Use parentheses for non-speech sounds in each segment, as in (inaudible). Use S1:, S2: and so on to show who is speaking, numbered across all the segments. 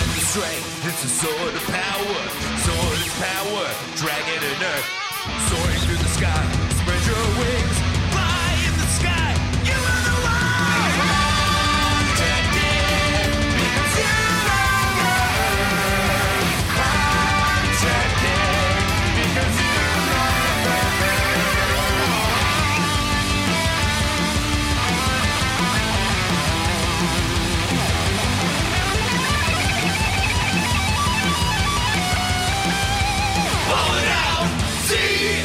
S1: strength, it's a sword of power. Sword is power, dragon and earth. Soaring through the sky, spread your wings. Fly in the sky, you are the one. Protected, it's you like a earth. Protected, because you pull it out. See?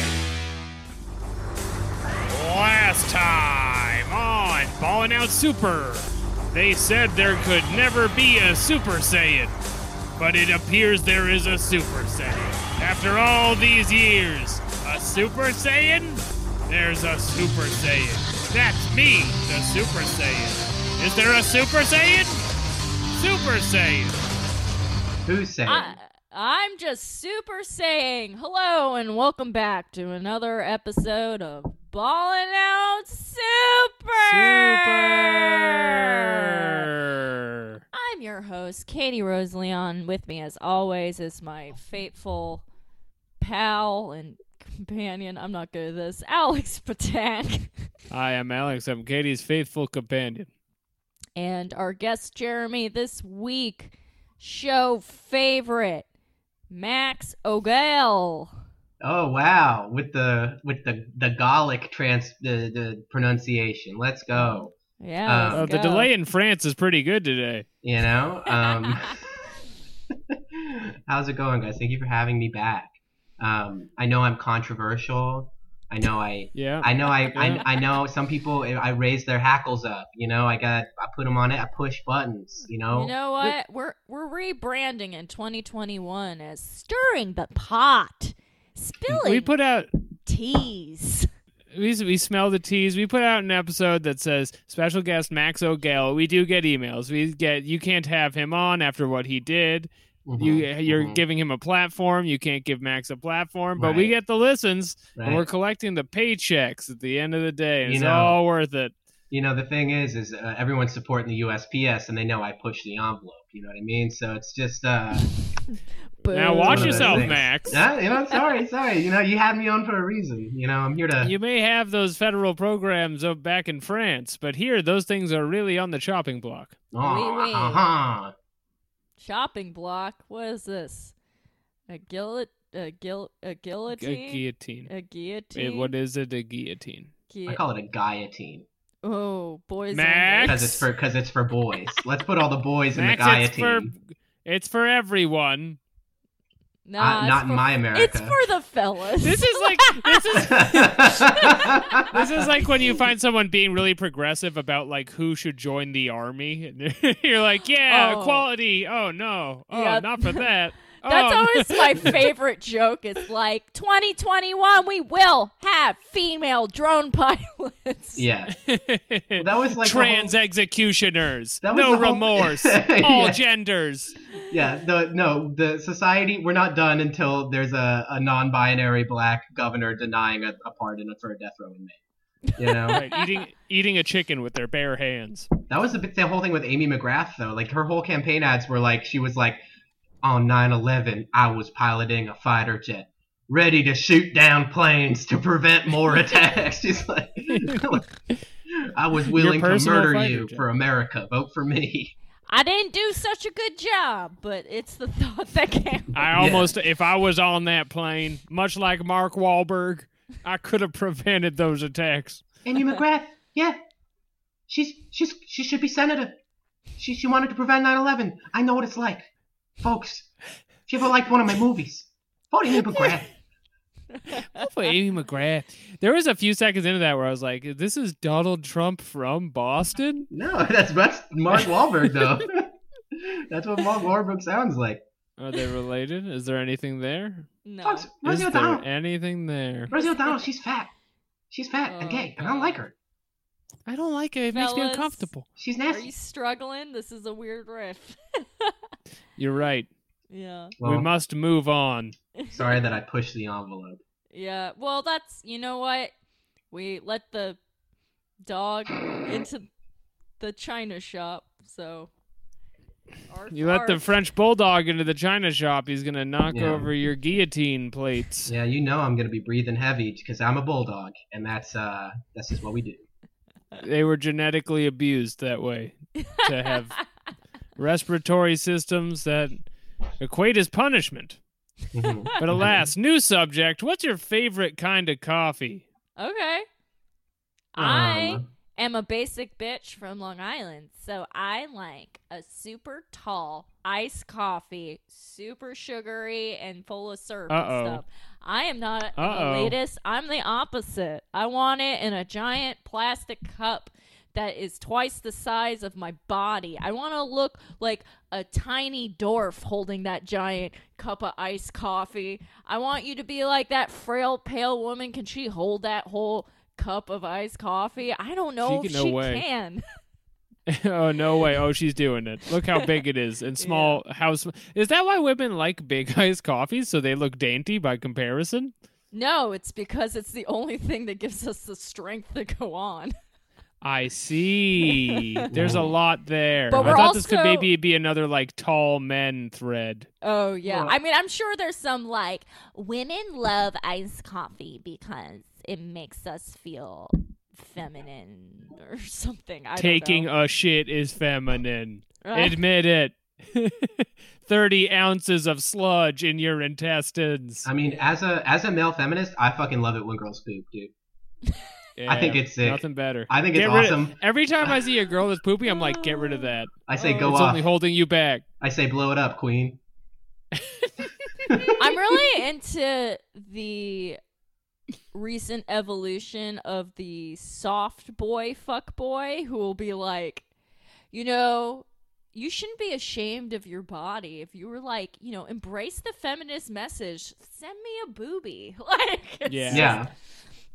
S2: Last time on Falling Out Super, they said there could never be a Super Saiyan, but it appears there is a Super Saiyan. After all these years, a Super Saiyan? There's a Super Saiyan. That's me, the Super Saiyan. Is there a Super Saiyan? Super Saiyan.
S3: Who's saying?
S4: I, I'm just super saying hello and welcome back to another episode of Ballin' Out Super.
S2: Super.
S4: I'm your host, Katie Rose Leon. With me, as always, is my fateful pal and companion. I'm not good at this, Alex (laughs) Patak,
S2: Hi, I'm Alex. I'm Katie's faithful companion.
S4: and our guest, Jeremy, this week, show favorite, Max O'Gale.
S3: oh wow, with the with the the Gallic trans the, the pronunciation. Let's go.
S4: Yeah.
S3: Uh,
S2: Oh,
S4: let's
S2: the
S4: go.
S2: delay in France is pretty good today.
S3: You know. Um, (laughs) how's it going, guys? Thank you for having me back. Um, I know I'm controversial. I know I.
S2: Yeah.
S3: I know I, I I know some people I raise their hackles up you know I got I put them on it I push buttons you know
S4: You know what? We're we're rebranding in 2021 as stirring the pot, spilling
S2: we put out
S4: teas.
S2: we, we smell the teas. We put out an episode that says special guest Max O'Gale. We do get emails. We get you can't have him on after what he did.
S3: Mhm,
S2: You you're
S3: mhm,
S2: giving him a platform. You can't give Max a platform, but we
S3: Right.
S2: get the listens
S3: right.
S2: and we're collecting the paychecks at the end of the day. And
S3: You
S2: it's
S3: know-
S2: all worth it.
S3: you know the thing is is uh, everyone's supporting the USPS and they know I push the envelope. You know what I mean? So it's just uh,
S2: Now
S4: Boo.
S2: watch
S3: One of those
S2: yourself,
S3: things.
S2: Max.
S3: nah, you know, sorry, sorry. You know, you had me on for a reason. You know, I'm here to.
S2: You may have those federal programs up back in France, but here those things are really on the chopping block.
S3: Aw,
S4: Wait, wait.
S3: uh-huh.
S4: Shopping block. What is this? A guillot a guil a
S2: A
S4: guillotine
S2: guillotine.
S4: a
S2: It,
S4: guillotine.
S2: what is it? A guillotine.
S4: Gui-
S3: I call it Uh, a guillotine
S4: oh, boys. and
S2: Max?
S4: girls.
S3: because it's for because it's for
S4: (laughs)
S3: boys. Let's put all the boys in
S2: Max,
S3: the
S2: it's for
S3: guillotine.
S2: it's for everyone.
S3: Uh,
S4: Nah, it's
S3: not
S4: for-
S3: in my America.
S4: It's for the fellas.
S2: This is like this is
S4: (laughs)
S2: this is like when you find someone being really progressive about like who should join the army. (laughs) You're like, yeah,
S4: Oh.
S2: equality. Oh no, oh
S4: Yeah.
S2: not for that.
S4: (laughs) That's
S2: oh. (laughs)
S4: always my favorite joke. It's like 2021, we will have female drone (laughs)
S3: (laughs)
S4: pilots.
S3: yeah. That was like the whole-
S2: Trans executioners,
S3: That was
S2: no
S3: the whole-
S2: remorse, all
S3: (laughs) Yeah.
S2: genders.
S3: yeah. The no the society. We're not done until there's a, a non-binary black governor denying a, a pardon for a death row inmate. You know.
S2: Right, eating eating a chicken with their bare hands.
S3: That was the, big- the whole thing with Amy McGrath, though. Like, her whole campaign ads were like, she was like, on 9 11, I was piloting a fighter jet, ready to shoot down planes to
S2: (laughs)
S3: prevent more attacks. She's like, I was willing to
S2: personal
S3: murder
S2: fighter
S3: you
S2: jet.
S3: for America. Vote for me.
S4: I didn't do such a good job, but it's the (laughs) thought that counts.
S2: I almost, if I was on that plane, much like Mark Wahlberg, I could have prevented those attacks. (laughs)
S3: Amy McGrath, yeah. She's, she's, she should be senator. She, she wanted to prevent 9 11. I know what it's like. Folks, if you ever liked one of my movies, vote Amy McGrath.
S2: for Amy McGrath. There was a few seconds into that where I was like, "This is Donald Trump from Boston."
S3: No, (laughs) that's that's Mark Wahlberg though.
S2: (laughs)
S3: that's what Mark Wahlberg sounds like.
S2: Are they related? Is there anything there?
S4: No.
S3: Folks,
S2: Is
S3: Rosie
S2: there
S3: O'Donnell.
S2: anything there?
S3: Rosie O'Donnell, she's fat. She's fat and
S4: Oh,
S3: gay, and I don't
S4: God.
S3: like her.
S2: I don't like it. It makes me
S4: Fellas.
S2: uncomfortable.
S3: She's
S4: Are
S3: nasty.
S4: you struggling? This is a weird riff. (laughs)
S2: You're right.
S4: yeah.
S2: we
S3: Well,
S2: must move on.
S3: sorry that I pushed the envelope.
S4: Yeah. Well, that's, you know what? We let the dog into the china shop, so Arf,
S2: You let the
S4: arf.
S2: French bulldog into the china shop, he's gonna knock
S3: Yeah.
S2: over your guillotine plates.
S3: Yeah, you know I'm gonna be breathing heavy because I'm a bulldog, and that's uh, that's just what we do.
S2: They were genetically abused that way to have respiratory systems that equate as punishment.
S3: Mhm.
S2: But alas, new subject. What's your favorite kind of coffee?
S4: Okay. I
S3: Um.
S4: am a basic bitch from Long Island, so I like a super tall iced coffee, super sugary and full of syrup
S2: Uh-oh.
S4: and stuff. I am not
S2: Uh-oh.
S4: the latest. I'm the opposite. I want it in a giant plastic cup that is twice the size of my body. I want to look like a tiny dwarf holding that giant cup of iced coffee. I want you to be like that frail, pale woman. Can she hold that whole cup of iced coffee? I don't know
S2: She
S4: if
S2: can- no
S4: she
S2: way.
S4: can.
S2: (laughs)
S4: (laughs)
S2: oh no way! Oh, she's doing it. Look how big it is (laughs) and small. How sm- is that? Why women like big (laughs) iced coffees so they look dainty by comparison?
S4: No, it's because it's the only thing that gives us the strength to go on.
S2: I (laughs) see. There's a lot there.
S4: But
S2: I
S4: we're
S2: thought this could
S4: also-
S2: maybe be another like tall men thread.
S4: Oh yeah.
S3: Well-
S4: I mean, I'm sure there's some like women love iced coffee because it makes us feel feminine or (laughs) something. I
S2: Taking
S4: do
S2: a shit is
S4: (laughs)
S2: feminine. Admit it. (laughs) Thirty ounces of sludge in your intestines.
S3: (laughs) I mean, as a as a male feminist, I fucking love it when girls poop, dude. I think
S2: Yeah,
S3: it's sick.
S2: nothing better.
S3: I think it's
S2: Get rid of-
S3: awesome.
S2: every time I see a girl that's pooping, I'm like, get rid of that.
S3: I say
S4: Oh,
S3: go
S2: it's
S3: off.
S2: only holding you back.
S3: I say blow it up, queen.
S4: I'm really into the recent evolution of the soft boy fuck boy who will be like, you know, you shouldn't be ashamed of your body. If you were like, you know, embrace the feminist message, send me a booby. (laughs) Like, it's
S2: Yeah.
S4: just-
S3: Yeah,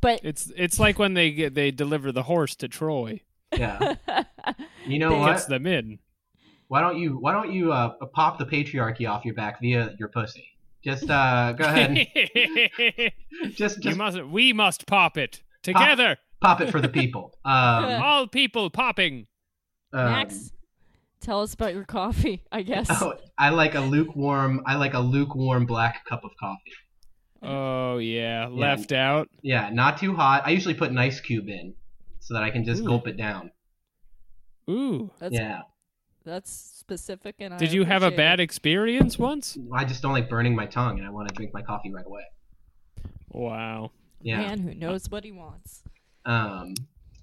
S4: But
S2: It's it's like when they get, they deliver the horse to Troy,
S3: yeah. You know
S4: They-
S3: what?
S2: gets them in.
S3: Why don't you Why don't you uh, pop the patriarchy off your back via your pussy? Just uh, go ahead.
S2: you (laughs)
S3: And just just
S2: must we must pop it together.
S3: pop it for the people.
S4: Ah.
S3: Um,
S2: All people popping.
S3: um,
S4: Uh, Max, tell us about your coffee, (laughs) I guess.
S3: Oh, I like a lukewarm. I like a lukewarm black cup of coffee.
S2: Oh yeah, left out.
S3: Yeah, not too hot. I usually put an ice cube in so that I can just
S2: Ooh.
S3: gulp it down.
S2: Ooh.
S4: That's,
S3: Yeah,
S4: that's specific. And I
S2: Did you have a
S4: appreciate
S2: bad experience once?
S3: I just don't like burning my tongue, and I want to drink my coffee right away.
S2: Wow.
S4: it.
S3: Yeah.
S4: man who knows what he wants?
S3: Um,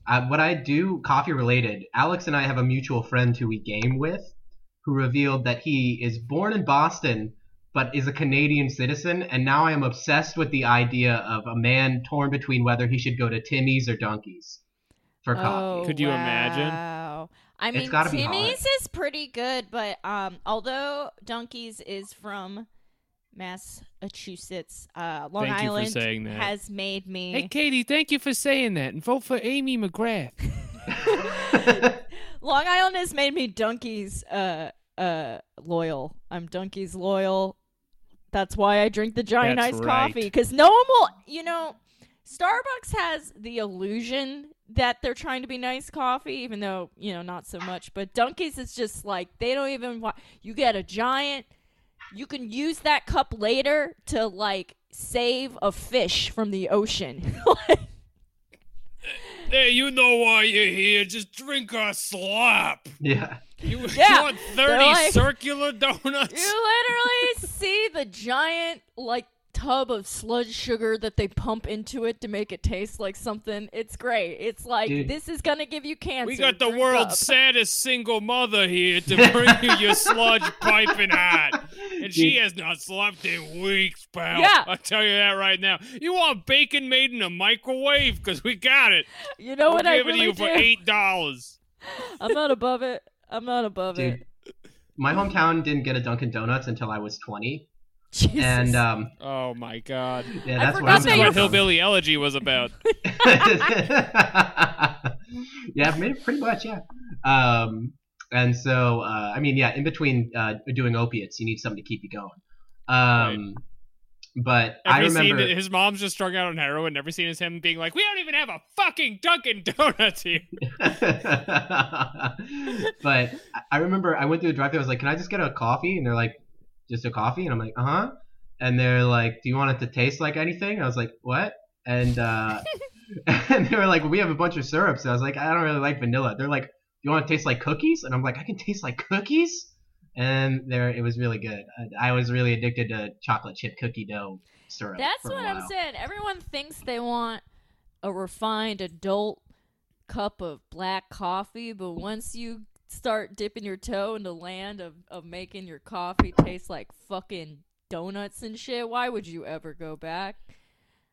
S3: I, what I do coffee related. Alex and I have a mutual friend who we game with, who revealed that he is born in Boston but is a Canadian citizen, and now I am obsessed with the idea of a man torn between whether he should go to Timmy's or Donkey's for
S2: (laughs)
S3: coffee.
S4: Oh,
S2: Could you imagine?
S4: wow. Oh, I
S3: It's
S4: mean,
S3: gotta be
S4: Timmy's is pretty good, but um, although Donkey's is from Massachusetts, uh, Long
S2: Thank you for
S4: Island
S2: saying that.
S4: has made me.
S2: Hey Katie, thank you for saying that and vote for Amy
S4: (laughs)
S2: McGrath.
S4: Long Island has made me Dunkies uh uh loyal. I'm Dunkies loyal. That's why I drink the giant
S2: That's
S4: iced
S2: right.
S4: coffee cuz no one will, you know, Starbucks has the illusion that they're trying to be nice coffee even though, you know, not so much, but Dunkies is just like they don't even want you get a giant you can use that cup later to like save a fish from the ocean. (laughs)
S2: Hey, you know why you're here. Just drink our slop.
S3: yeah.
S2: You (laughs)
S4: Yeah, want 30 like-
S2: circular donuts?
S4: You literally (laughs) see the giant like tub of sludge sugar that they pump into it to make it taste like something. It's great. It's like
S3: Dude.
S4: this is gonna give you cancer.
S2: We got the
S4: Drink
S2: world's
S4: up. (laughs)
S2: saddest single mother here to bring you your sludge piping hot. And she has not slept in weeks, pal.
S4: Yeah.
S2: I'll tell you that right now. You want bacon made in a microwave? Because we got it.
S4: You know
S2: We'll
S4: what
S2: give
S4: I
S2: it to
S4: really
S2: you
S4: do?
S2: for $8.
S4: I'm not above it. I'm not
S3: (laughs)
S4: above
S3: Dude,
S4: it. (laughs)
S3: my hometown didn't get a Dunkin' Donuts until I was 20,
S4: Jesus.
S3: and um,
S2: Oh, my God.
S3: yeah,
S4: I
S3: that's where
S4: forgot
S3: I'm
S4: that you're
S2: What
S3: coming
S4: from-
S2: Hillbilly Elegy was about.
S3: from. yeah, maybe pretty much, yeah. Um, and so, uh, I mean, yeah, in between uh, doing opiates, you need something to keep you going. Um, But (laughs) I
S2: Every scene,
S3: remember
S2: his mom's just strung out on heroin. Every scene is him being like, "We don't even have a fucking Dunkin' Donuts here."
S3: (laughs) but I remember I went through the drive-thru. I was like, "Can I just get a coffee?" And they're like, "Just a coffee?" And I'm like, "Uh huh." And they're like, "Do you want it to taste like anything?" I was like, "What?" And uh, (laughs) and they were like, "We have a bunch of syrups." And I was like, "I don't really like vanilla." They're like, "Do you want to taste like cookies?" And I'm like, "I can taste like cookies." And there, it was really good. I, I was really addicted to chocolate chip cookie dough syrup.
S4: That's
S3: for a
S4: what I'm
S3: while.
S4: saying. Everyone thinks they want a refined adult cup of black coffee, but once you start dipping your toe in the land of, of making your coffee taste like fucking donuts and shit, why would you ever go back?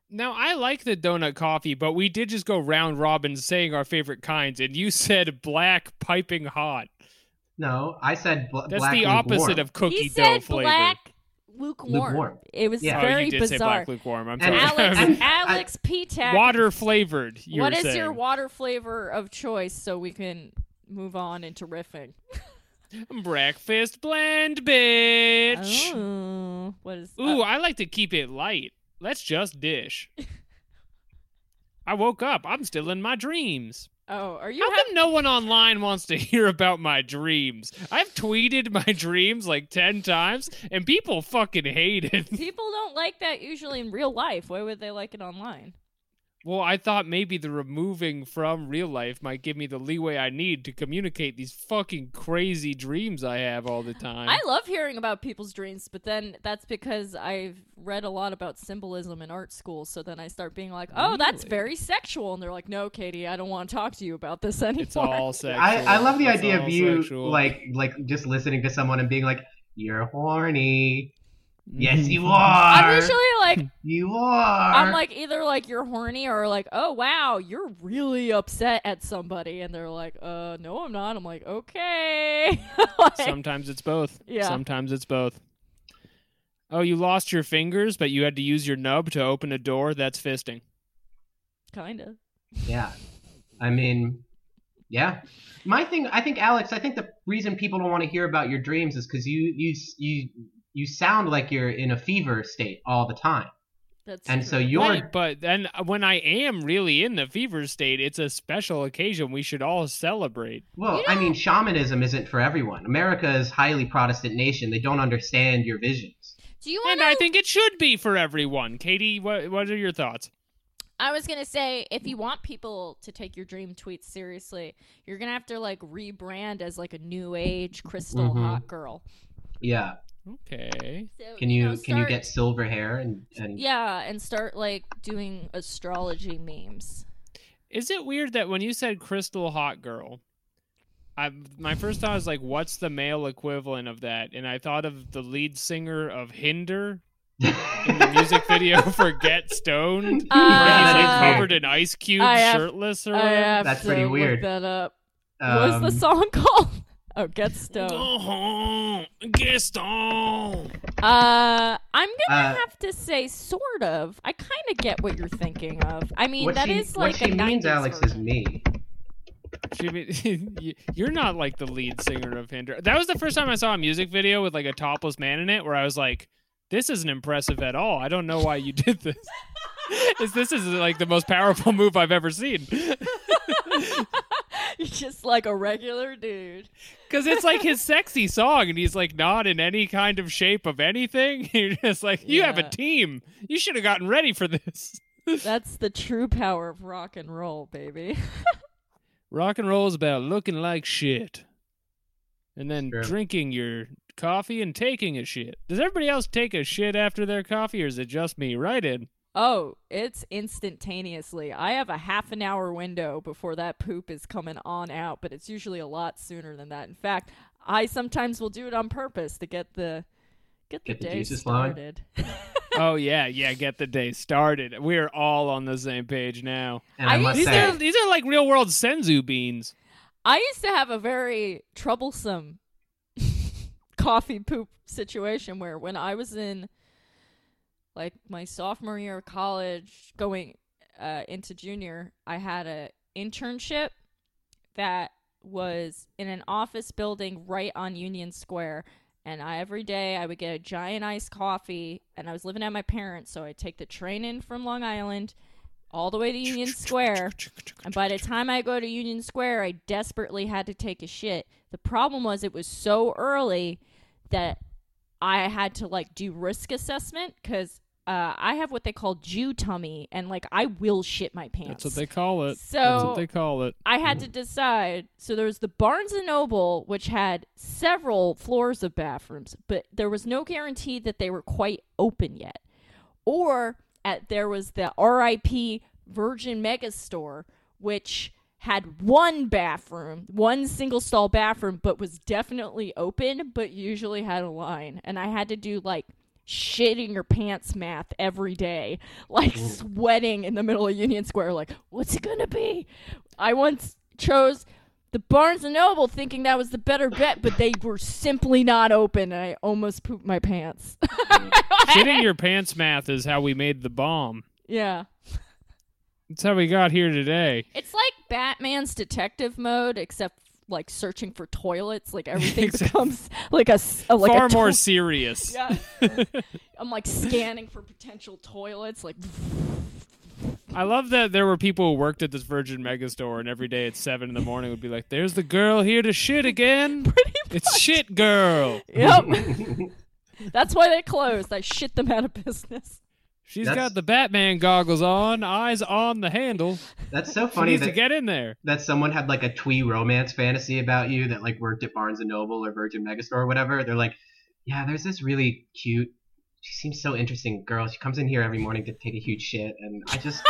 S2: Now I like the donut coffee, but we did just go round robin saying our favorite kinds, and you (laughs) said black piping hot.
S3: No, I said bl-
S2: That's
S3: black
S2: the
S3: lukewarm.
S2: opposite of cookie
S4: he
S2: dough
S4: said
S2: flavor.
S4: black lukewarm.
S3: Lukewarm.
S4: It was
S3: Yeah.
S2: oh,
S4: very
S2: you did say
S4: bizarre.
S2: black lukewarm. I'm
S3: And
S2: sorry. (laughs)
S4: Alex,
S3: And-
S4: Alex P. Tack,
S2: water flavored. You
S4: what
S2: were
S4: is
S2: saying.
S4: your water flavor of choice so we can move on into riffing?
S2: breakfast blend, bitch?
S4: Oh, what is
S2: Ooh, I like to keep it light. Let's just
S4: (laughs)
S2: dish. I woke up. I'm still in my dreams.
S4: Oh, are you
S2: How
S4: having
S2: come no one online wants to (laughs) hear about my dreams? I've tweeted my (laughs) dreams like 10 times and people fucking hate it. (laughs)
S4: (laughs) people don't like that usually in real life? Why would they like it online?
S2: Well, I thought maybe the removing from real life might give me the leeway I need to communicate these fucking crazy dreams I have all the time.
S4: I love hearing about people's dreams, but then that's because I've read a lot about symbolism in art school. So then I start being like, "Oh, that's
S2: Really?
S4: very sexual," and they're like, "No, Katie, I don't want to talk to you about this anymore."
S2: it's all sexual.
S3: I, I love the
S2: It's
S3: idea of
S2: all
S3: you
S2: sexual. (laughs)
S3: like like just listening to someone and being like, "You're horny." Yes, you
S2: Mm-hmm.
S3: are.
S4: (laughs) I'm usually like,
S3: you are.
S4: I'm like either like you're horny or like, oh wow, you're really upset at somebody, and they're like, uh, no, I'm not. I'm like, okay. (laughs) Like,
S2: Sometimes it's both.
S4: Yeah.
S2: Sometimes it's both. Oh, you lost your fingers, but you had to use your nub to open a door? That's fisting.
S4: kinda.
S3: yeah. I mean, yeah. My thing, I think, Alex, I think the reason people don't want to hear about your dreams is because you you s- you you sound like you're in a fever state all the time,
S4: That's
S3: and
S4: true.
S3: so you're
S2: Right, but then uh, when I am really in the fever state, it's a special occasion we should all celebrate.
S3: Well,
S4: You
S3: I mean, shamanism isn't for everyone. America is a highly Protestant nation. They don't understand your visions.
S4: Do you
S2: And
S4: want
S2: I
S4: to?
S2: think it should be for everyone. Katie, what what are your thoughts?
S4: I was gonna say, if you want people to take your dream tweets seriously, you're gonna have to like rebrand as like a new age crystal
S3: Mhm.
S4: hot girl.
S3: Yeah.
S2: Okay.
S4: So,
S3: Can you,
S4: know,
S3: can you
S4: start-
S3: get silver hair and and
S4: Yeah, and start like doing astrology memes.
S2: Is it weird that when you said crystal hot girl, I my first thought was like, what's the male equivalent of that? And I thought of the lead singer of Hinder in the
S4: (laughs)
S2: music video for Get Stoned. Where he's like
S4: Uh,
S2: covered in ice cubes,
S4: I have-
S2: shirtless or
S4: I have
S3: Oh, That's
S4: to
S3: pretty
S4: look
S3: weird.
S4: That up. what
S3: Um,
S4: was the song (laughs) called? Oh, get stoned.
S2: Go home, Uh-huh. get stoned.
S4: Uh, I'm gonna
S3: Uh,
S4: have to say, sort of. I kind of get what you're thinking of. I mean,
S3: what
S4: that
S3: she,
S4: is
S3: what
S4: like
S3: she
S4: a
S3: means,
S4: 90s
S3: Alex, is
S4: version.
S3: me.
S2: Jimmy, (laughs) you- you're not like the lead singer of Hinder. That was the first time I saw a music video with like a topless man in it, where I was like, "This isn't impressive at all. I don't know why you did this. (laughs) Is this is like the most powerful move I've ever seen? (laughs)
S4: You're (laughs) just like a regular dude.
S2: Because it's like his sexy song, and he's like not in any kind of shape of anything. (laughs) You're just like, you have
S4: Yeah.
S2: a team. You should have gotten ready for this.
S4: That's the true power of rock and roll, baby.
S2: Rock and roll is about looking like shit, and then
S3: True.
S2: drinking your coffee and taking a shit. Does everybody else take a shit after their coffee, or is it just me? Right in.
S4: (laughs) Oh, it's instantaneously. I have a half an hour window before that poop is coming on out, but it's usually a lot sooner than that. In fact, I sometimes will do it on purpose to get the get the
S3: Get the
S4: day
S3: juices flowing.
S4: started.
S2: oh yeah, yeah. Get the day started. We're all on the same page now.
S3: And
S4: I
S3: I, must
S2: These
S3: say,
S2: are these are like real world senzu beans.
S4: I used to have a very troublesome (laughs) coffee poop situation where when I was in like my sophomore year of college going uh, into junior, I had a internship that was in an office building right on Union Square And I, every day I would get a giant iced coffee. And I was living at my parents, so I'd take the train in from Long Island all the way to Union Square. And by the time I go to Union Square, I desperately had to take a shit. The problem was it was so early that I had to like do risk assessment because uh, I have what they call Jew tummy, and like I will shit my pants.
S2: That's what they Mm-hmm. call it. That's
S4: So-
S2: what they call it.
S4: I had to decide. So there was the Barnes and Noble, which had several floors of bathrooms, but there was no guarantee that they were quite open yet. Or at there was the R.I.P. Virgin Megastore, which had one bathroom, one single stall bathroom, but was definitely open, but usually had a line. And I had to do like shitting your pants math every day, (laughs) like sweating in the middle of Union Square, like, what's it gonna be? I once chose the Barnes and Noble thinking that was the better bet, but they were simply not open and I almost pooped my pants. (laughs)
S2: Shitting your pants math is how we made the bomb.
S4: yeah.
S2: That's how we got here today.
S4: It's like Batman's detective mode, except like searching for
S2: (laughs)
S4: toilets. Like everything becomes like a s- a- like a
S2: Far
S4: to-
S2: more serious. (laughs)
S4: Yeah. I'm like scanning for potential
S2: (laughs)
S4: toilets. Like
S2: I love that there were people who worked at this Virgin Megastore, and every day at seven in the morning would be like, "There's the girl here to shit
S4: (laughs)
S2: again. It's shit girl.
S4: yep. That's why they closed. I shit them out of business.
S2: She's
S3: That's-
S2: got the Batman goggles on, eyes on the handle.
S3: That's
S4: (laughs)
S3: so
S2: She
S3: funny
S2: needs to
S3: that,
S2: get in there.
S3: that someone had like a twee romance fantasy about you that like worked at Barnes and Noble or Virgin Megastore or whatever. They're like, yeah, there's this really cute. She seems so interesting, girl. She comes in here every morning to take a huge shit, and I just,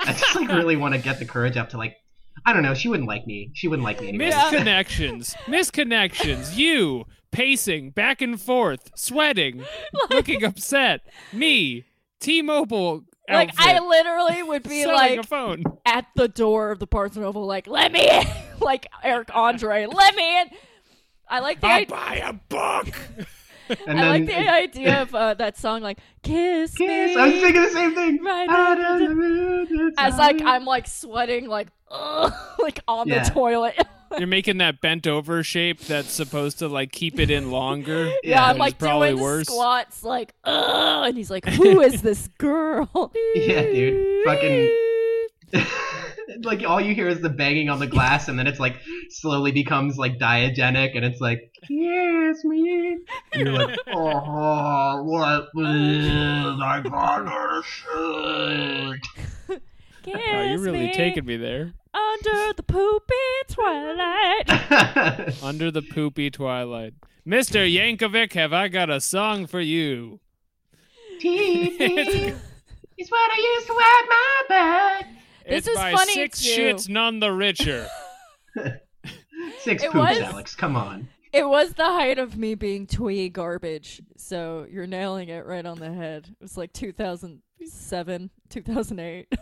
S3: I just like really want to get the courage up to like, I don't know. She wouldn't like me. She wouldn't like me anyway.
S2: Misconnections,
S4: (laughs)
S2: misconnections. You pacing back and forth, sweating,
S4: (laughs)
S2: looking upset. Me, T-Mobile.
S4: Like
S2: outfit,
S4: I literally would be
S2: selling
S4: like
S2: a phone.
S4: at the door of the Barnes and Noble, like let me in, (laughs) like Eric Andre, let me in. I like the
S2: I'll
S4: idea.
S2: buy a book.
S3: And
S4: I like the idea of uh, that song, like "Kiss,
S3: Yes,
S4: Me."
S3: I was thinking the same thing.
S4: Right.
S3: Out of the moon, it's
S4: As like
S3: out.
S4: I'm like sweating, like (laughs) ugh, like on
S3: Yeah.
S4: the toilet. (laughs) yeah,
S2: You're making that bent over shape that's supposed to like keep it in longer.
S3: Yeah,
S4: I'm
S2: which
S4: like
S2: is probably
S4: doing
S2: worse.
S4: squats, like ugh, and he's like, "Who is this girl?"
S3: (laughs) yeah, dude, fucking. (laughs) like all you hear is the banging on the glass, and then it's like slowly becomes like diagenic, and it's like yes, me. And you're
S4: (laughs)
S3: like, oh, what is I gonna shoot?
S4: (laughs) Kiss
S2: Wow, you're really
S4: me
S2: taking me there.
S4: under the poopy
S3: (laughs)
S4: twilight.
S2: Under the poopy twilight. Mr. Yankovic, have I got a song for you?
S3: TV is what I used to wipe my butt.
S4: This
S2: it's
S4: is
S2: by
S4: funny,
S2: Six
S4: too.
S2: Shits None the Richer.
S3: Six
S4: It
S3: poops,
S4: was-
S3: Alex. Come on.
S4: It was the height of me being twee garbage, so you're nailing it right on the head. It was like 2007, 2008.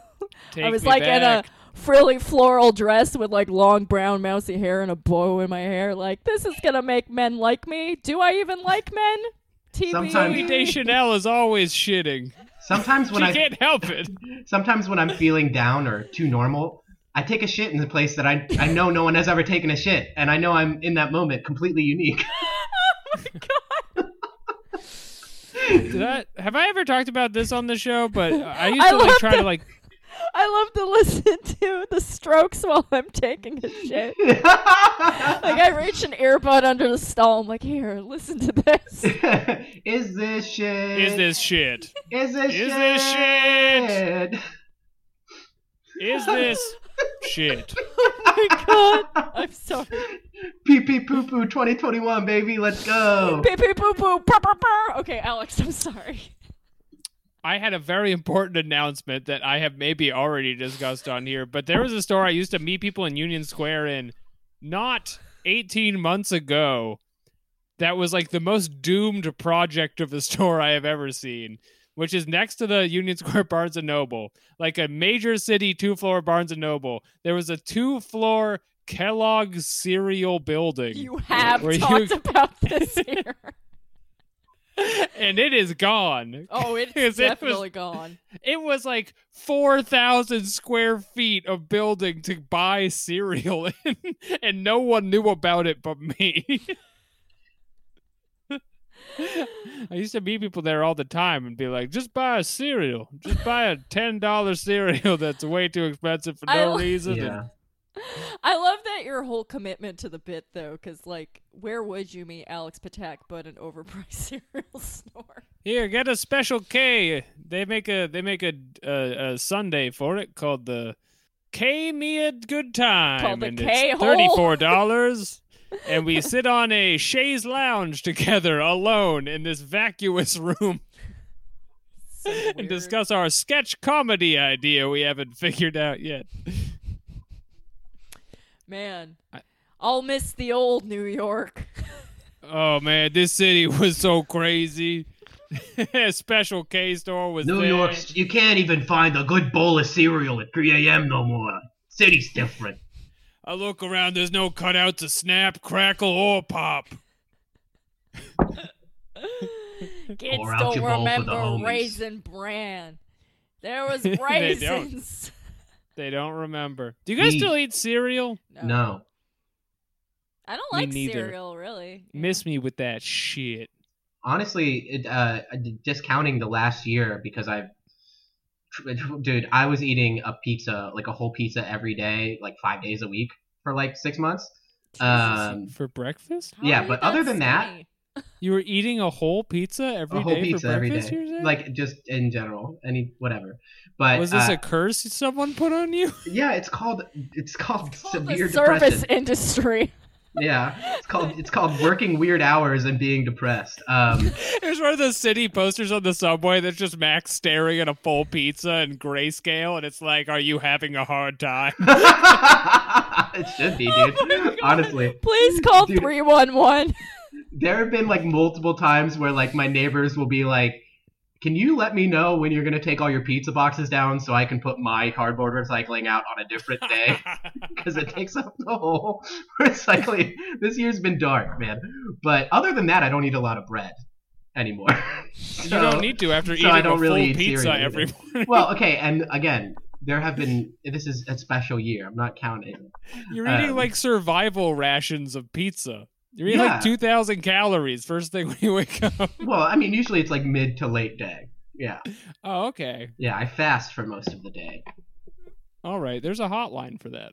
S2: Take
S4: (laughs) I was
S2: me
S4: like in a
S2: back.
S4: frilly floral dress with like long brown mousy hair and a bow in my hair. Like this is gonna make men like me. Do I even like men? (laughs) TV.
S3: Sometimes-
S2: Louis
S4: (laughs)
S2: De Chanel is always shitting.
S3: Sometimes (laughs) when
S2: She
S3: I
S2: can't help it.
S3: sometimes when I'm feeling down or too normal, I take a shit in the place that I I know no one has ever taken a shit, and I know I'm in that moment completely unique.
S2: Did I, have I ever talked about this on the show? But I used
S4: (laughs) I
S2: to like
S4: love
S2: try to
S4: that.
S2: like
S4: I love to listen (laughs) to the strokes while I'm taking a shit. Like I reach an earbud under the stall. I'm like, here, listen to this.
S3: (laughs) is this shit?
S2: Is this shit?
S3: Is this
S2: Is
S3: shit?
S2: this shit? Is
S3: (laughs)
S2: this shit?
S4: God, I'm sorry.
S3: Pee pee poo poo 2021 baby, let's go.
S4: Pee pee poo poo. Purr, purr, purr. Okay, Alex, I'm sorry.
S2: I had a very (laughs) important announcement that I have maybe already discussed on here, but there was a store I used to meet people in Union Square in not 18 months ago that was like the most doomed project of a (laughs) store I have ever seen, which is next to the Union Square Barnes and Noble, like a major city two floor Barnes and Noble. There was a two floor Kellogg cereal building.
S4: You have (laughs)
S2: Were you-
S4: talked about this here.
S2: (laughs)
S4: (laughs)
S2: and it is gone.
S4: Oh, it's
S2: 'Cause it was-
S4: definitely gone.
S2: It was like 4,000 square feet of building to buy (laughs) cereal in, and no one knew about it but me. (laughs) I used to meet people there all the time and be like, just buy a cereal. Just buy a ten dollar cereal that's way too expensive for
S4: I
S2: no
S4: lo-
S2: reason. and-
S3: Yeah.
S4: I love that your whole commitment to the bit, though, because like, where would you meet Alex Patak but an overpriced (laughs) cereal store?
S2: Here, get a special K. They make a they make a a, a Sunday for it called the K Me a Good Time.
S4: Called the
S2: and
S4: K-hole.
S2: it's thirty four
S4: (laughs)
S2: dollars. and we sit on a chaise lounge together alone in this vacuous room
S4: So
S2: and
S4: weird.
S2: discuss our sketch comedy idea we haven't (laughs) figured out yet.
S4: Man,
S2: I-
S4: I'll miss the old
S3: (laughs)
S4: New York.
S2: Oh man, this city was so crazy. (laughs) special K store was
S3: New
S2: there.
S3: York, you can't even find a good bowl of cereal at 3 a.m. no more. City's different.
S2: I look around, there's no cutouts to snap, crackle, or pop.
S4: Kids
S3: Pour out
S4: don't
S3: your bowl for the
S4: remember
S3: homies.
S4: Raisin Bran. There
S3: (laughs)
S4: was
S2: They don't.
S4: raisins. (laughs)
S2: They don't remember. Do you guys
S3: Me.
S2: still eat cereal?
S3: No.
S4: I don't
S2: Me
S4: like
S2: neither.
S4: cereal, really.
S2: Miss me with that shit.
S3: Honestly, it, uh, discounting the last year because I, dude, I was eating a pizza, like a whole pizza every day, like five days a week for like six months. Um,
S2: For breakfast?
S4: How
S3: yeah,
S4: are you
S3: but other than that-
S4: skinny?
S2: You were eating a whole pizza every day
S3: a whole
S2: for
S3: pizza every
S2: breakfast,
S3: day,
S2: you're saying?
S3: like just in general, any whatever. But
S2: was this
S3: uh,
S2: a curse someone put on you? (laughs)
S3: yeah, it's called it's called
S4: Called
S3: severe
S4: the service
S3: depression. (laughs)
S4: industry.
S3: Yeah, it's called it's called working weird hours and being depressed. Um, (laughs)
S2: There's one of those city posters on the subway that's just Max staring at a full pizza in grayscale, and it's like, "Are you having a hard time?"
S3: it should be,
S4: Oh
S3: dude. Honestly,
S4: Please call
S3: Dude.
S4: 311.
S3: there have been like multiple times where like my neighbors will be like, "Can you let me know when you're gonna take all your pizza boxes down so I can put my cardboard recycling out on a different day?" Because it takes up the whole (laughs) recycling. This year's been dark, man. But other than that, I don't eat a lot of bread anymore.
S2: (laughs) you
S3: So-
S2: don't need to after
S3: so
S2: eating
S3: I don't
S2: a
S3: really
S2: full
S3: eat
S2: pizza
S3: cereal
S2: every
S3: either. (laughs)
S2: morning.
S3: Well, okay, and again, there have been. This is a special year. I'm not counting.
S2: You're eating
S3: Um,
S2: like survival rations of pizza. You're eating
S3: Yeah.
S2: like 2,000 calories first thing (laughs) when you wake up.
S3: Well, I mean, usually it's like mid to late day. Yeah,
S2: Oh, okay.
S3: yeah. I fast for most of the day.
S2: All right. There's a hotline for that.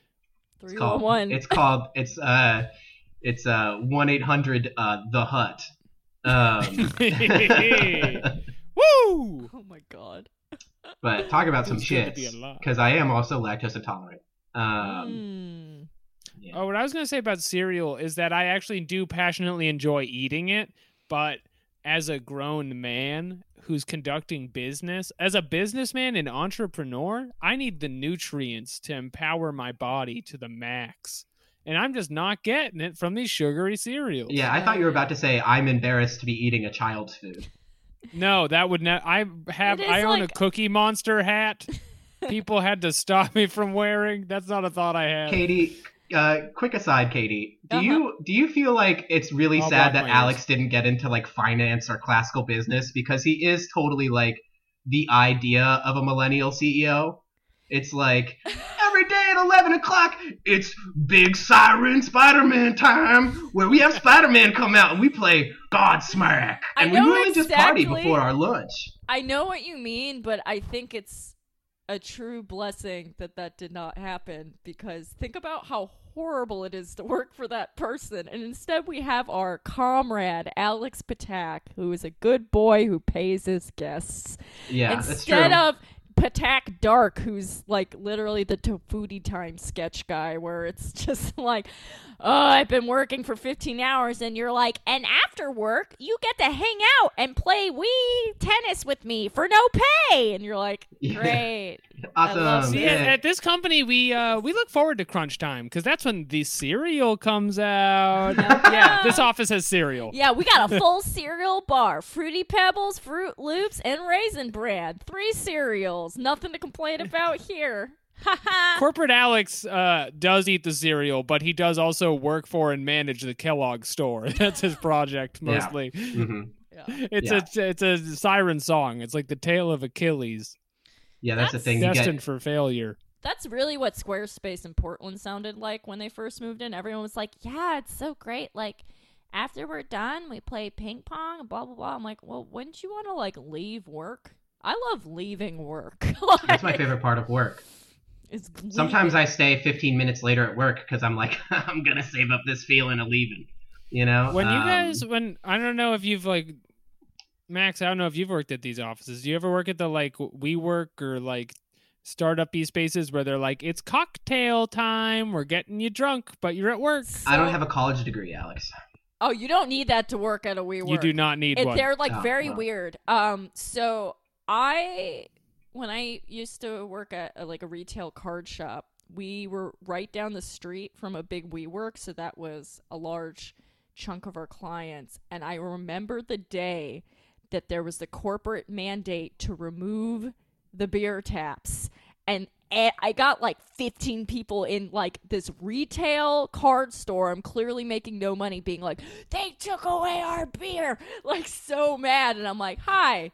S2: (laughs)
S3: It's called.
S4: 311.
S3: It's called. It's uh, it's uh one eight hundred uh the hut.
S2: (laughs)
S3: Um, (laughs)
S2: Woo!
S4: oh my god.
S3: but talk about some
S2: It's good to be
S3: shits
S2: alive.
S3: because I am also lactose intolerant. Um,
S4: Mm.
S3: yeah.
S2: Oh, what I was going to say about cereal is that I actually do passionately enjoy eating it, but as a grown man who's conducting business, as a businessman and entrepreneur, I need the nutrients to empower my body to the max. And I'm just not getting it from these sugary cereals.
S3: yeah. I thought you were about to say I'm embarrassed to be eating a child's food.
S2: No, that would not. I have.
S4: It is
S2: I own
S4: like-
S2: a Cookie Monster
S4: (laughs)
S2: hat. People had to stop me from wearing. That's not a thought I had.
S3: Katie, uh, quick aside, Katie, do
S4: Uh-huh.
S3: you do you feel like it's really
S2: I'll block
S3: sad that
S2: my
S3: Alex didn't get into like finance or classical business because he is totally like the idea of a millennial CEO? It's
S4: (laughs)
S3: like every day at eleven o'clock, it's big siren Spider-Man time where we have Spider-Man come out and we play Godsmack
S4: I
S3: and we
S4: know
S3: really just party
S4: exactly-
S3: before our lunch.
S4: I know what you mean, but I think it's a true blessing that that did not happen because think about how horrible it is to work for that person. And instead, we have our comrade, Alex Patak, who is a good boy who pays his guests.
S3: Yeah, that's true.
S4: Instead of Patak Dark, who's like literally the Tofuti Time sketch guy, where it's (laughs) just like, oh, I've been working for 15 hours, and you're like, and after work, you get to hang out and play Wii tennis with me for no pay. And you're like,
S3: (laughs) Yeah.
S4: great.
S3: awesome.
S4: love
S2: See,
S3: yeah.
S2: at, at this company, we uh, we look forward to crunch time because that's when the cereal comes out.
S4: (laughs)
S2: yeah, this office has cereal.
S4: Yeah, we got a full cereal bar Fruity Pebbles, Fruit Loops, and Raisin Bran. Three cereals. Nothing to complain about here. Ha ha.
S2: Corporate Alex uh, does eat the cereal, but he does also work for and manage the Kellogg store. (laughs) That's his project
S3: Yeah.
S2: mostly.
S3: Mhm.
S2: It's a it's a siren song. It's like the tale of Achilles,
S3: Yeah, that's,
S4: That's
S3: the thing. You
S2: destined
S3: get
S2: for failure.
S4: That's really what Squarespace in Portland sounded like when they first moved in. Everyone was like, "Yeah, it's so great. Like after we're done, we play ping pong, blah blah blah. I'm like, well, wouldn't you want to like leave work? I love leaving work. (laughs)
S3: That's my favorite part of work.
S4: It's
S3: Sometimes I stay 15 minutes later at work because I'm like, (laughs) I'm gonna save up this feeling of leaving. You know.
S2: When you
S3: Um,
S2: guys, when I don't know if you've like, Max, I don't know if you've worked at these offices. Do you ever work at the like WeWork or like startup y spaces where they're like, it's cocktail time, we're getting you drunk, but you're at work.
S3: I don't have a college degree, Alex.
S4: Oh, you don't need that to work at a WeWork.
S2: You do not need
S4: It-
S2: one.
S4: They're like
S3: No,
S4: very
S3: no.
S4: weird. Um, so I, when I used to work at a, like a retail card shop, we were right down the street from a big WeWork, so that was a large chunk of our clients. And I remember the day that there was the corporate mandate to remove the beer taps and e- I got like 15 people in like this retail card store. I'm clearly making no money being like, "They took away our beer." (laughs) Like so mad and I'm like, "Hi.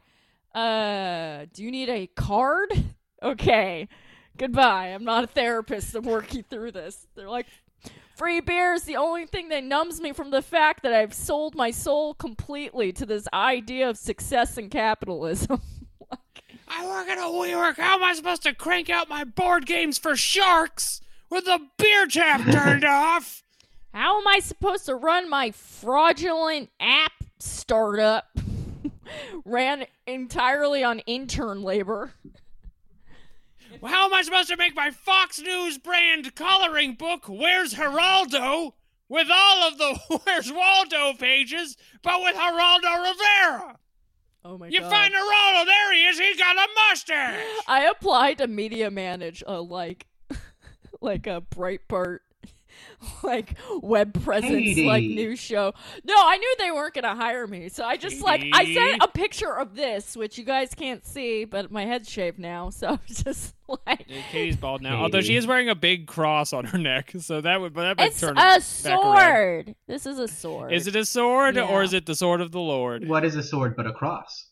S4: Uh, do you need a card?" (laughs) Okay. Goodbye. I'm not a therapist to work you through this. They're like, Free beer is the only thing that numbs me from the fact that I've sold my soul completely to this idea of success and capitalism. (laughs)
S2: I work at a WeWork. How am I supposed to crank out my board games for sharks with the beer tap (laughs) turned off?
S4: How am I supposed to run my fraudulent app startup? (laughs) Ran entirely on intern labor.
S2: How am I supposed to make my Fox News brand coloring book, Where's Geraldo, with all of the (laughs) Where's Waldo pages, but with Geraldo Rivera?
S4: Oh my
S2: You find Geraldo, there he is, he's got a mustache!
S4: (laughs) I applied to media manage a like, (laughs) like a Breitbart, (laughs) like web presence, like
S3: Katie.
S4: news show. No, I knew they weren't gonna hire me, so I just like I
S2: Katie.
S4: sent a picture of this, which you guys can't see, but my head's shaved now, so (laughs) I'm just like
S2: Katie's bald now,
S3: although she is
S2: wearing a big cross on her neck, so that would, that
S4: It's a sword. This is a sword.
S2: a sword
S4: or Yeah. is
S2: it the sword of the Lord?
S3: What is a sword but a cross?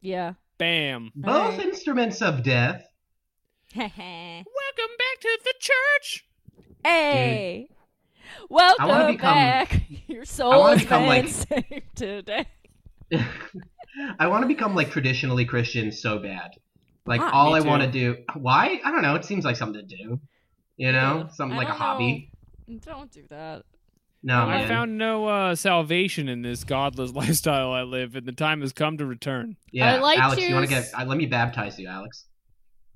S4: Yeah. (laughs)
S2: Bam.
S3: Both
S4: Alright.
S3: instruments of death. (laughs)
S4: hey.
S2: Welcome back to the church.
S4: Welcome
S3: become-
S4: back. (laughs) Your soul
S3: wanna
S4: has
S3: become,
S4: been
S3: like-
S4: saved (laughs) today.
S3: I want to become like traditionally Christian so bad. Like
S4: Ah,
S3: all
S2: me
S3: I
S2: too.
S3: want to do. Why? I don't know. It seems like something to do. You know,
S4: Yeah.
S3: something
S4: I
S3: like a
S4: don't
S3: hobby.
S4: know. Don't do that.
S3: No,
S2: I
S3: man.
S2: found no uh, salvation in this godless (laughs) lifestyle I live, and the time has come to return.
S3: yeah,
S4: I like
S3: Alex, you want to
S4: to
S3: get?
S4: s-
S3: I, let me baptize you, Alex.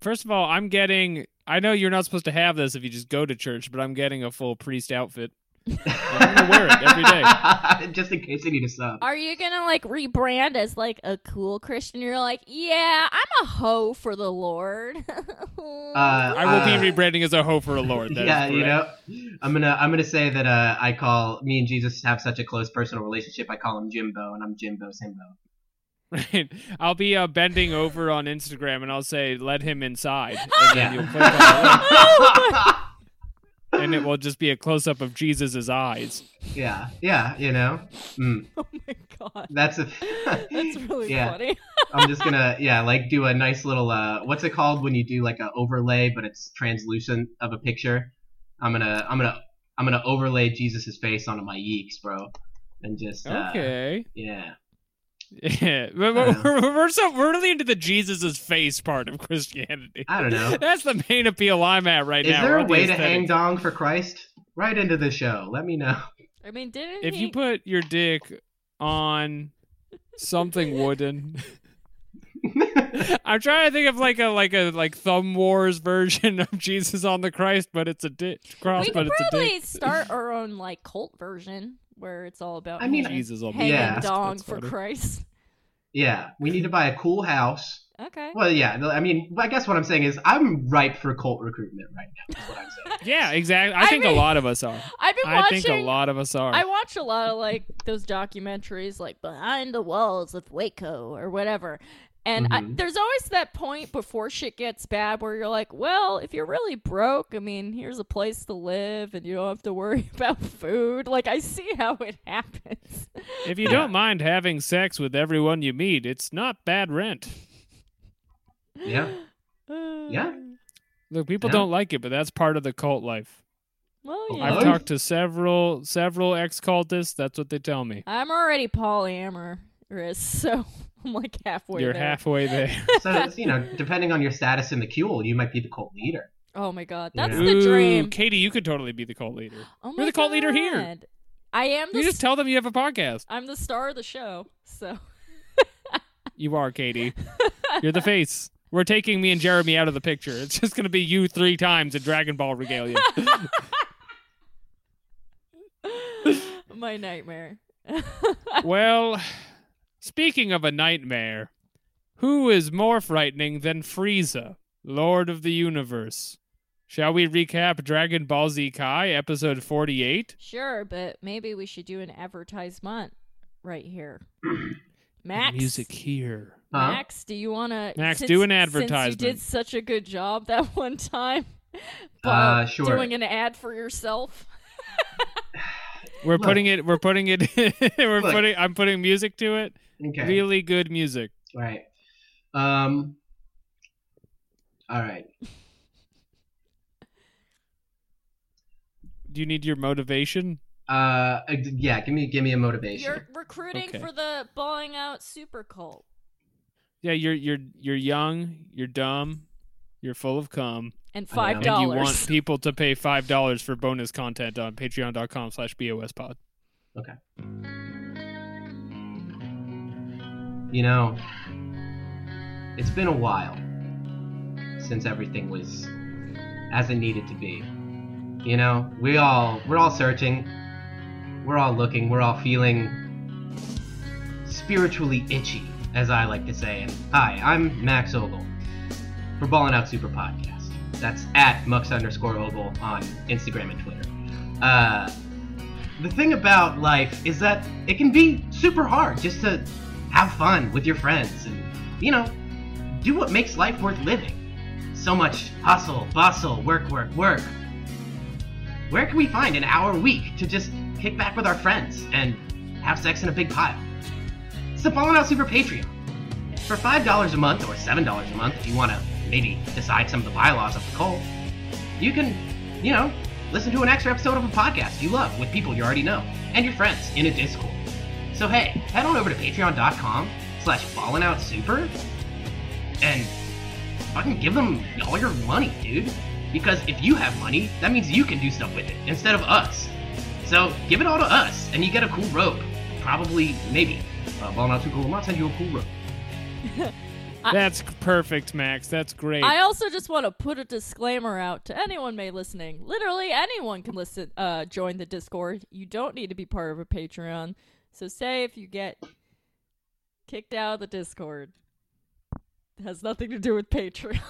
S2: First of all, I'm getting. I know you're not supposed to have this if you just go to church, but I'm getting a full priest outfit. I'm gonna wear it every
S3: day, (laughs) just in case I need a sub.
S4: Are you gonna like rebrand as like a cool Christian? You're like, yeah, I'm a hoe for the Lord. (laughs)
S2: I will
S3: Uh,
S2: be rebranding as a hoe for a lord. That is
S3: yeah, you
S2: correct.
S3: know, I'm gonna I'm gonna say that uh, I call me and Jesus have such a close personal relationship. I call him Jimbo, and I'm Jimbo Simbo.
S2: (laughs) Right. I'll be uh, bending over on Instagram, and I'll say, "Let him inside," and
S3: Yeah.
S2: then you'll click on the link,
S4: (laughs) Oh
S3: (laughs)
S2: and it will just be a close up of Jesus' eyes.
S3: yeah, yeah, you know, mm,
S4: oh my
S3: (laughs)
S4: god,
S3: that's a.
S4: (laughs) that's really
S3: Yeah.
S4: funny.
S3: I'm just gonna yeah, like do a nice little uh, what's it called when you do like a overlay, but it's translucent of a picture. I'm gonna I'm gonna I'm gonna overlay Jesus' face onto my yeeks, bro, and just uh,
S2: Okay. (laughs)
S3: yeah.
S2: Yeah, but
S3: Uh.
S2: we're, we're, we're so we're really into the Jesus's face part of Christianity.
S3: I
S2: (laughs)
S3: don't know.
S2: That's the main appeal I'm at right
S3: Is
S2: now.
S3: there
S2: We're
S3: a
S2: at the
S3: way to
S2: aesthetic.
S3: hang dong for Christ? Right into the show. Let me know. (laughs)
S4: I mean, didn't
S2: If
S4: he...
S2: you put your dick on something wooden, I'm trying to think of like a like a like thumb wars version of Jesus on the Christ, but it's a dick cross,
S4: we
S2: but
S4: could
S2: it's a dick.
S4: probably start our own like cult version where it's all about
S3: I mean,
S4: hanging-
S2: Jesus on the
S4: hanging
S3: Yeah.
S2: Christ.
S4: dong
S2: That's
S4: for
S2: funny.
S4: Christ. (laughs)
S3: Yeah, we need to buy a cool house.
S4: Okay.
S3: Well, yeah, I mean, I guess what I'm saying is I'm ripe for cult recruitment right now. Is what I'm saying.
S2: Yeah, exactly. I,
S4: I
S2: think
S4: mean-
S2: a lot of us are.
S4: I've been
S2: I
S4: watching.
S2: think a lot of us are.
S4: I watch a lot of like those documentaries, like Behind the Walls of Waco or whatever. And
S2: Mm-hmm.
S4: I,
S3: Mhm.
S4: there's always that point before shit gets bad where you're like, well, if you're really broke, I mean, here's a place to live and you don't have to worry (laughs) about food. Like, I see how it happens.
S2: if you don't mind having sex with everyone you meet, it's not bad rent.
S3: Yeah. Yeah.
S4: (sighs)
S2: Look, people
S3: Yeah.
S2: don't like it, but that's part of the cult life.
S4: Well, yeah.
S2: I've
S3: Hello?
S2: talked to several several ex cultists. That's what they tell me.
S4: I'm already polyamorous, (laughs) so I'm like halfway
S2: You're
S4: there.
S2: halfway there.
S4: (laughs)
S3: So it's, you know, depending on your status in the Cule, you might be the cult leader.
S4: Oh my god, that's
S3: Yeah.
S4: the dream.
S2: Katie, you could totally be the cult leader.
S4: Oh
S2: You're
S4: my
S2: the cult leader here.
S4: God. I am the
S2: You just
S4: st-
S2: tell them you have a podcast.
S4: I'm the star of the show. So (laughs)
S2: You are Katie. You're
S4: (laughs)
S2: the face. We're taking me and Jeremy out of the picture. It's just gonna be you three times in Dragon Ball
S4: (laughs)
S2: regalia.
S4: my nightmare.
S2: well, speaking of a nightmare, who is more frightening than Frieza, Lord of the Universe? Shall we recap Dragon Ball Z Kai episode 48?
S4: Sure, but maybe we should do an advertisement
S2: (clears throat)
S4: right here. Max,
S2: Music here.
S3: Huh?
S4: Max, do you want to
S2: Max, do an
S4: Since you
S2: advertisement.
S4: did such a good job that (laughs) one time.
S3: (laughs) Uh,
S4: of
S3: sure.
S4: Doing an ad for yourself.
S2: We're
S3: Look.
S2: putting it we're putting it (laughs) we're
S3: Look.
S2: putting I'm putting music to it.
S3: Okay.
S2: Really good music.
S3: All right. Um. All right.
S2: Do you need your motivation?
S3: Uh. ex- Yeah. Give me. Give me a motivation.
S4: You're recruiting
S2: Okay.
S4: for the balling out super cult.
S2: Yeah, you're you're you're young, you're dumb, you're full of cum,
S4: And
S3: I know.
S4: five
S2: and you want
S4: dollars.
S2: people to pay five dollars for bonus content on patreon.com slash bospod.
S3: You know, it's been a while since everything was as it needed to be. You know, we all we're all searching. We're all looking, we're all feeling spiritually itchy, as I like to say. And hi, I'm Max Ogle for Ballin' Out Super Podcast. That's at Mux underscore Ogle on Instagram and Twitter. Uh, the thing about life is that it can be super hard just to have fun with your friends and, you know, do what makes life worth living. So much hustle, bustle, work, work, work. Where can we find an hour a week to just kick back with our friends and have sex in a big pile? It's the Fallen Out Super Patreon. For $5 a month or $7 a month, if you want to maybe decide some of the bylaws of the cult, you can, you know, listen to an extra episode of a podcast you love with people you already know and your friends in a Discord. So hey, head on over to patreon.com slash fallen out super and fucking give them all your money, dude. Because if you have money, that means you can do stuff with it instead of us. So give it all to us and you get a cool rope. Probably, maybe. Uh, Fallen Out Super will not send you a cool rope.
S4: I-
S2: That's perfect, Max. That's great.
S4: I also just want to put a disclaimer out to anyone may listening. Literally anyone can listen uh join the Discord. You don't need to be part of a Patreon. So say if you get kicked out of the Discord. It has nothing to do with Patreon. (laughs)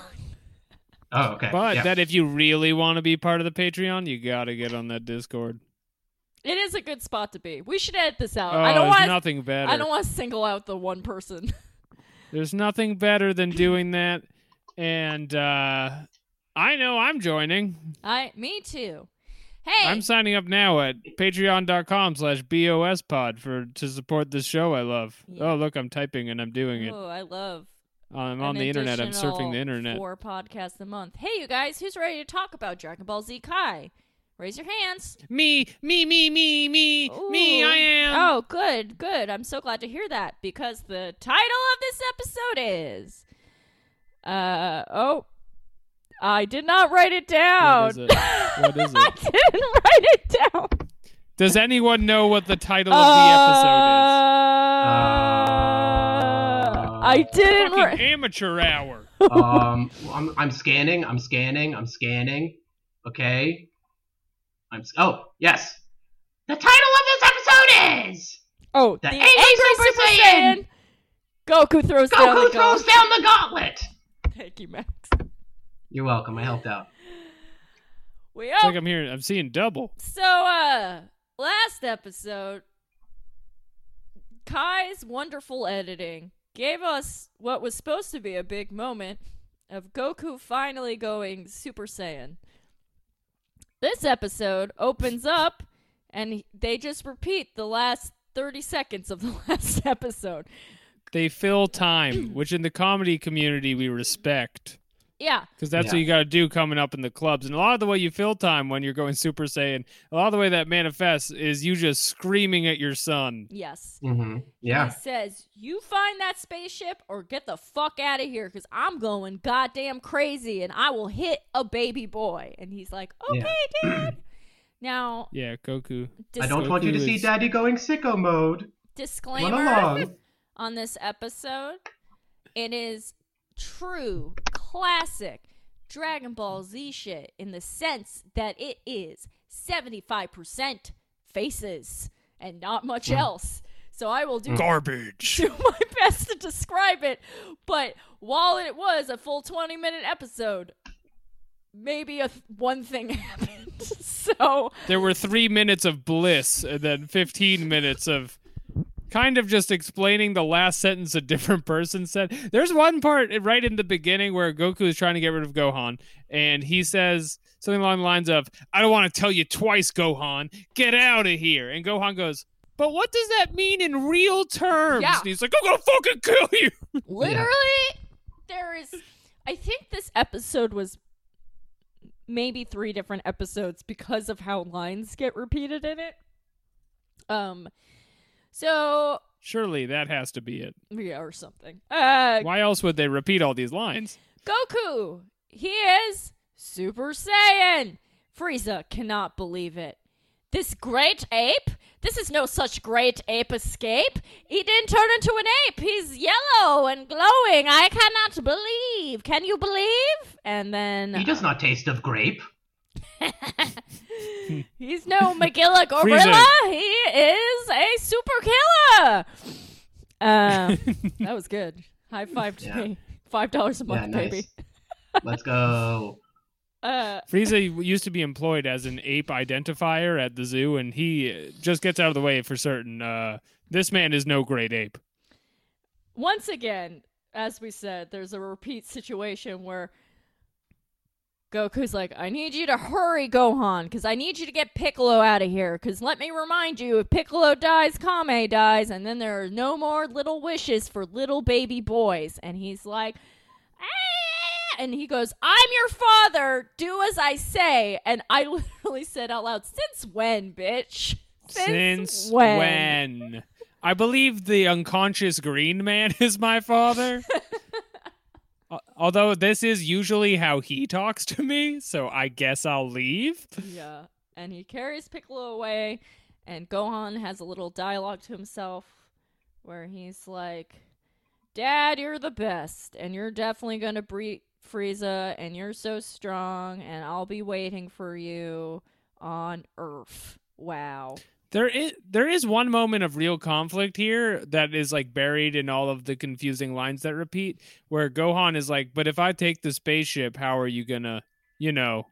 S3: Oh, okay.
S2: but
S3: yeah.
S2: that if you really want to be part of the Patreon, you gotta get on that Discord.
S4: It is a good spot to be. We should edit this out.
S2: Oh,
S4: I don't
S2: there's
S4: want
S2: nothing better.
S4: I don't want to single out the one person. (laughs)
S2: There's nothing better than doing that. And uh I know I'm joining.
S4: I me too. Hey,
S2: I'm signing up now at patreon.com slash bospod for to support this show I love.
S4: Yeah.
S2: Oh look, I'm typing and I'm doing it.
S4: oh, I love
S2: I'm on
S4: an
S2: the internet. I'm surfing the
S4: additional
S2: internet.
S4: Four podcasts a month. Hey, you guys, who's ready to talk about Dragon Ball Z Kai? Raise your hands.
S2: Me, me, me, me, me, me,
S4: Ooh.
S2: I am.
S4: Oh, good, good. I'm so glad to hear that because the title of this episode is. Uh oh, I did not write it down.
S2: What is it? What is
S4: (laughs) I
S2: it?
S4: didn't write it down.
S2: Does anyone know what the title of the
S4: Uh, I didn't.
S2: episode is? Fucking
S4: wri-
S2: amateur
S4: (laughs)
S2: hour.
S3: um, well, I'm, I'm scanning. I'm scanning. I'm scanning. Okay. I'm. s- Oh, yes. The title of this episode is
S4: oh,
S3: The
S4: the,
S3: Angry Super Saiyan!
S4: Goku throws down
S3: Goku
S4: the gauntlet.
S3: throws down the gauntlet.
S4: Thank you, Max.
S3: You're welcome. I helped out.
S4: We
S2: It's
S4: up.
S2: like I'm hearing, I'm seeing double.
S4: so, uh, last episode, Kai's wonderful editing gave us what was supposed to be a big moment of Goku finally going Super Saiyan. This episode opens up, and he- they just repeat the last 30 seconds of the (laughs) last episode.
S2: They fill time, which in the comedy community we respect.
S4: Yeah.
S2: Because that's what
S3: Yeah.
S2: you got to do coming up in the clubs. And a lot of the way you fill time when you're going Super Saiyan, a lot of the way that manifests is you just screaming at your son.
S4: Yes.
S3: Mm-hmm.
S4: He
S3: Yeah.
S4: says, "You find that spaceship or get the fuck out of here cuz I'm going goddamn crazy and I will hit a baby boy." And he's like,
S3: Yeah.
S4: "Okay, dad." now,
S2: Yeah, Goku.
S4: dis-
S3: I don't want you to
S2: Goku
S3: see
S2: is-
S3: Daddy going sicko mode. Run
S4: disclaimer (laughs)
S3: along.
S4: on this episode. It is true classic Dragon Ball Z shit in the sense that it is 75% faces and not much else. So I will do
S2: Garbage.
S4: do (laughs) my best to describe it, but while it was a full 20 minute episode, maybe a th- one thing (laughs) happened. so,
S2: there were three minutes of bliss and then 15 minutes of kind of just explaining the last sentence a different person said there's one part right in the beginning where goku is trying to get rid of gohan and he says something along the lines of i don't want to tell you twice gohan get out of here and gohan goes but what does that mean in real terms
S4: Yeah.
S2: and he's like i'm gonna fucking kill you
S4: literally, there is. I think this episode was maybe three different episodes because of how lines get repeated in it. Um, so,
S2: surely that has to be it
S4: yeah, or something. Uh,
S2: why else would they repeat all these lines
S4: Goku, he is Super Saiyan. Frieza cannot believe it. This great ape? This is no such great ape escape. He didn't turn into an ape. He's yellow and glowing. I cannot believe. Can you believe? And then
S3: (laughs) He does not taste of grape.
S4: (laughs) he's no McGilla Gorilla. he is a super killer.
S3: (laughs)
S4: Um, that was good. High five to
S3: Yeah.
S4: me. Five dollars a month,
S3: Yeah, nice.
S4: baby. (laughs)
S3: Let's go.
S4: Uh,
S2: Frieza used to be employed as an ape identifier at the zoo, and he uh, just gets out of the way for certain. Uh, this man is no great ape.
S4: once again, as we said, there's a repeat situation where Goku's like, I need you to hurry, Gohan, because I need you to get Piccolo out of here. Because let me remind you, if Piccolo dies, Kame dies, and then there are no more little wishes for little baby boys. And he's like, "Ah," and he goes, I'm your father, do as I say. And I (laughs) literally said out loud, Since when, bitch?
S2: Since when? I believe the unconscious green man (laughs) is my father. Al- Although this is usually how he talks to me, so I guess I'll leave.
S4: Yeah. And (laughs) he carries Piccolo away, and Gohan has a little dialogue to himself where he's like, Dad, you're the best, and you're definitely going to beat Frieza, and you're so strong, and I'll be waiting for you on Earth. Wow.
S2: There is there is one moment of real conflict here that is like buried in all of the confusing lines that repeat, where Gohan is like, "But if I take the spaceship, how are you gonna, you know,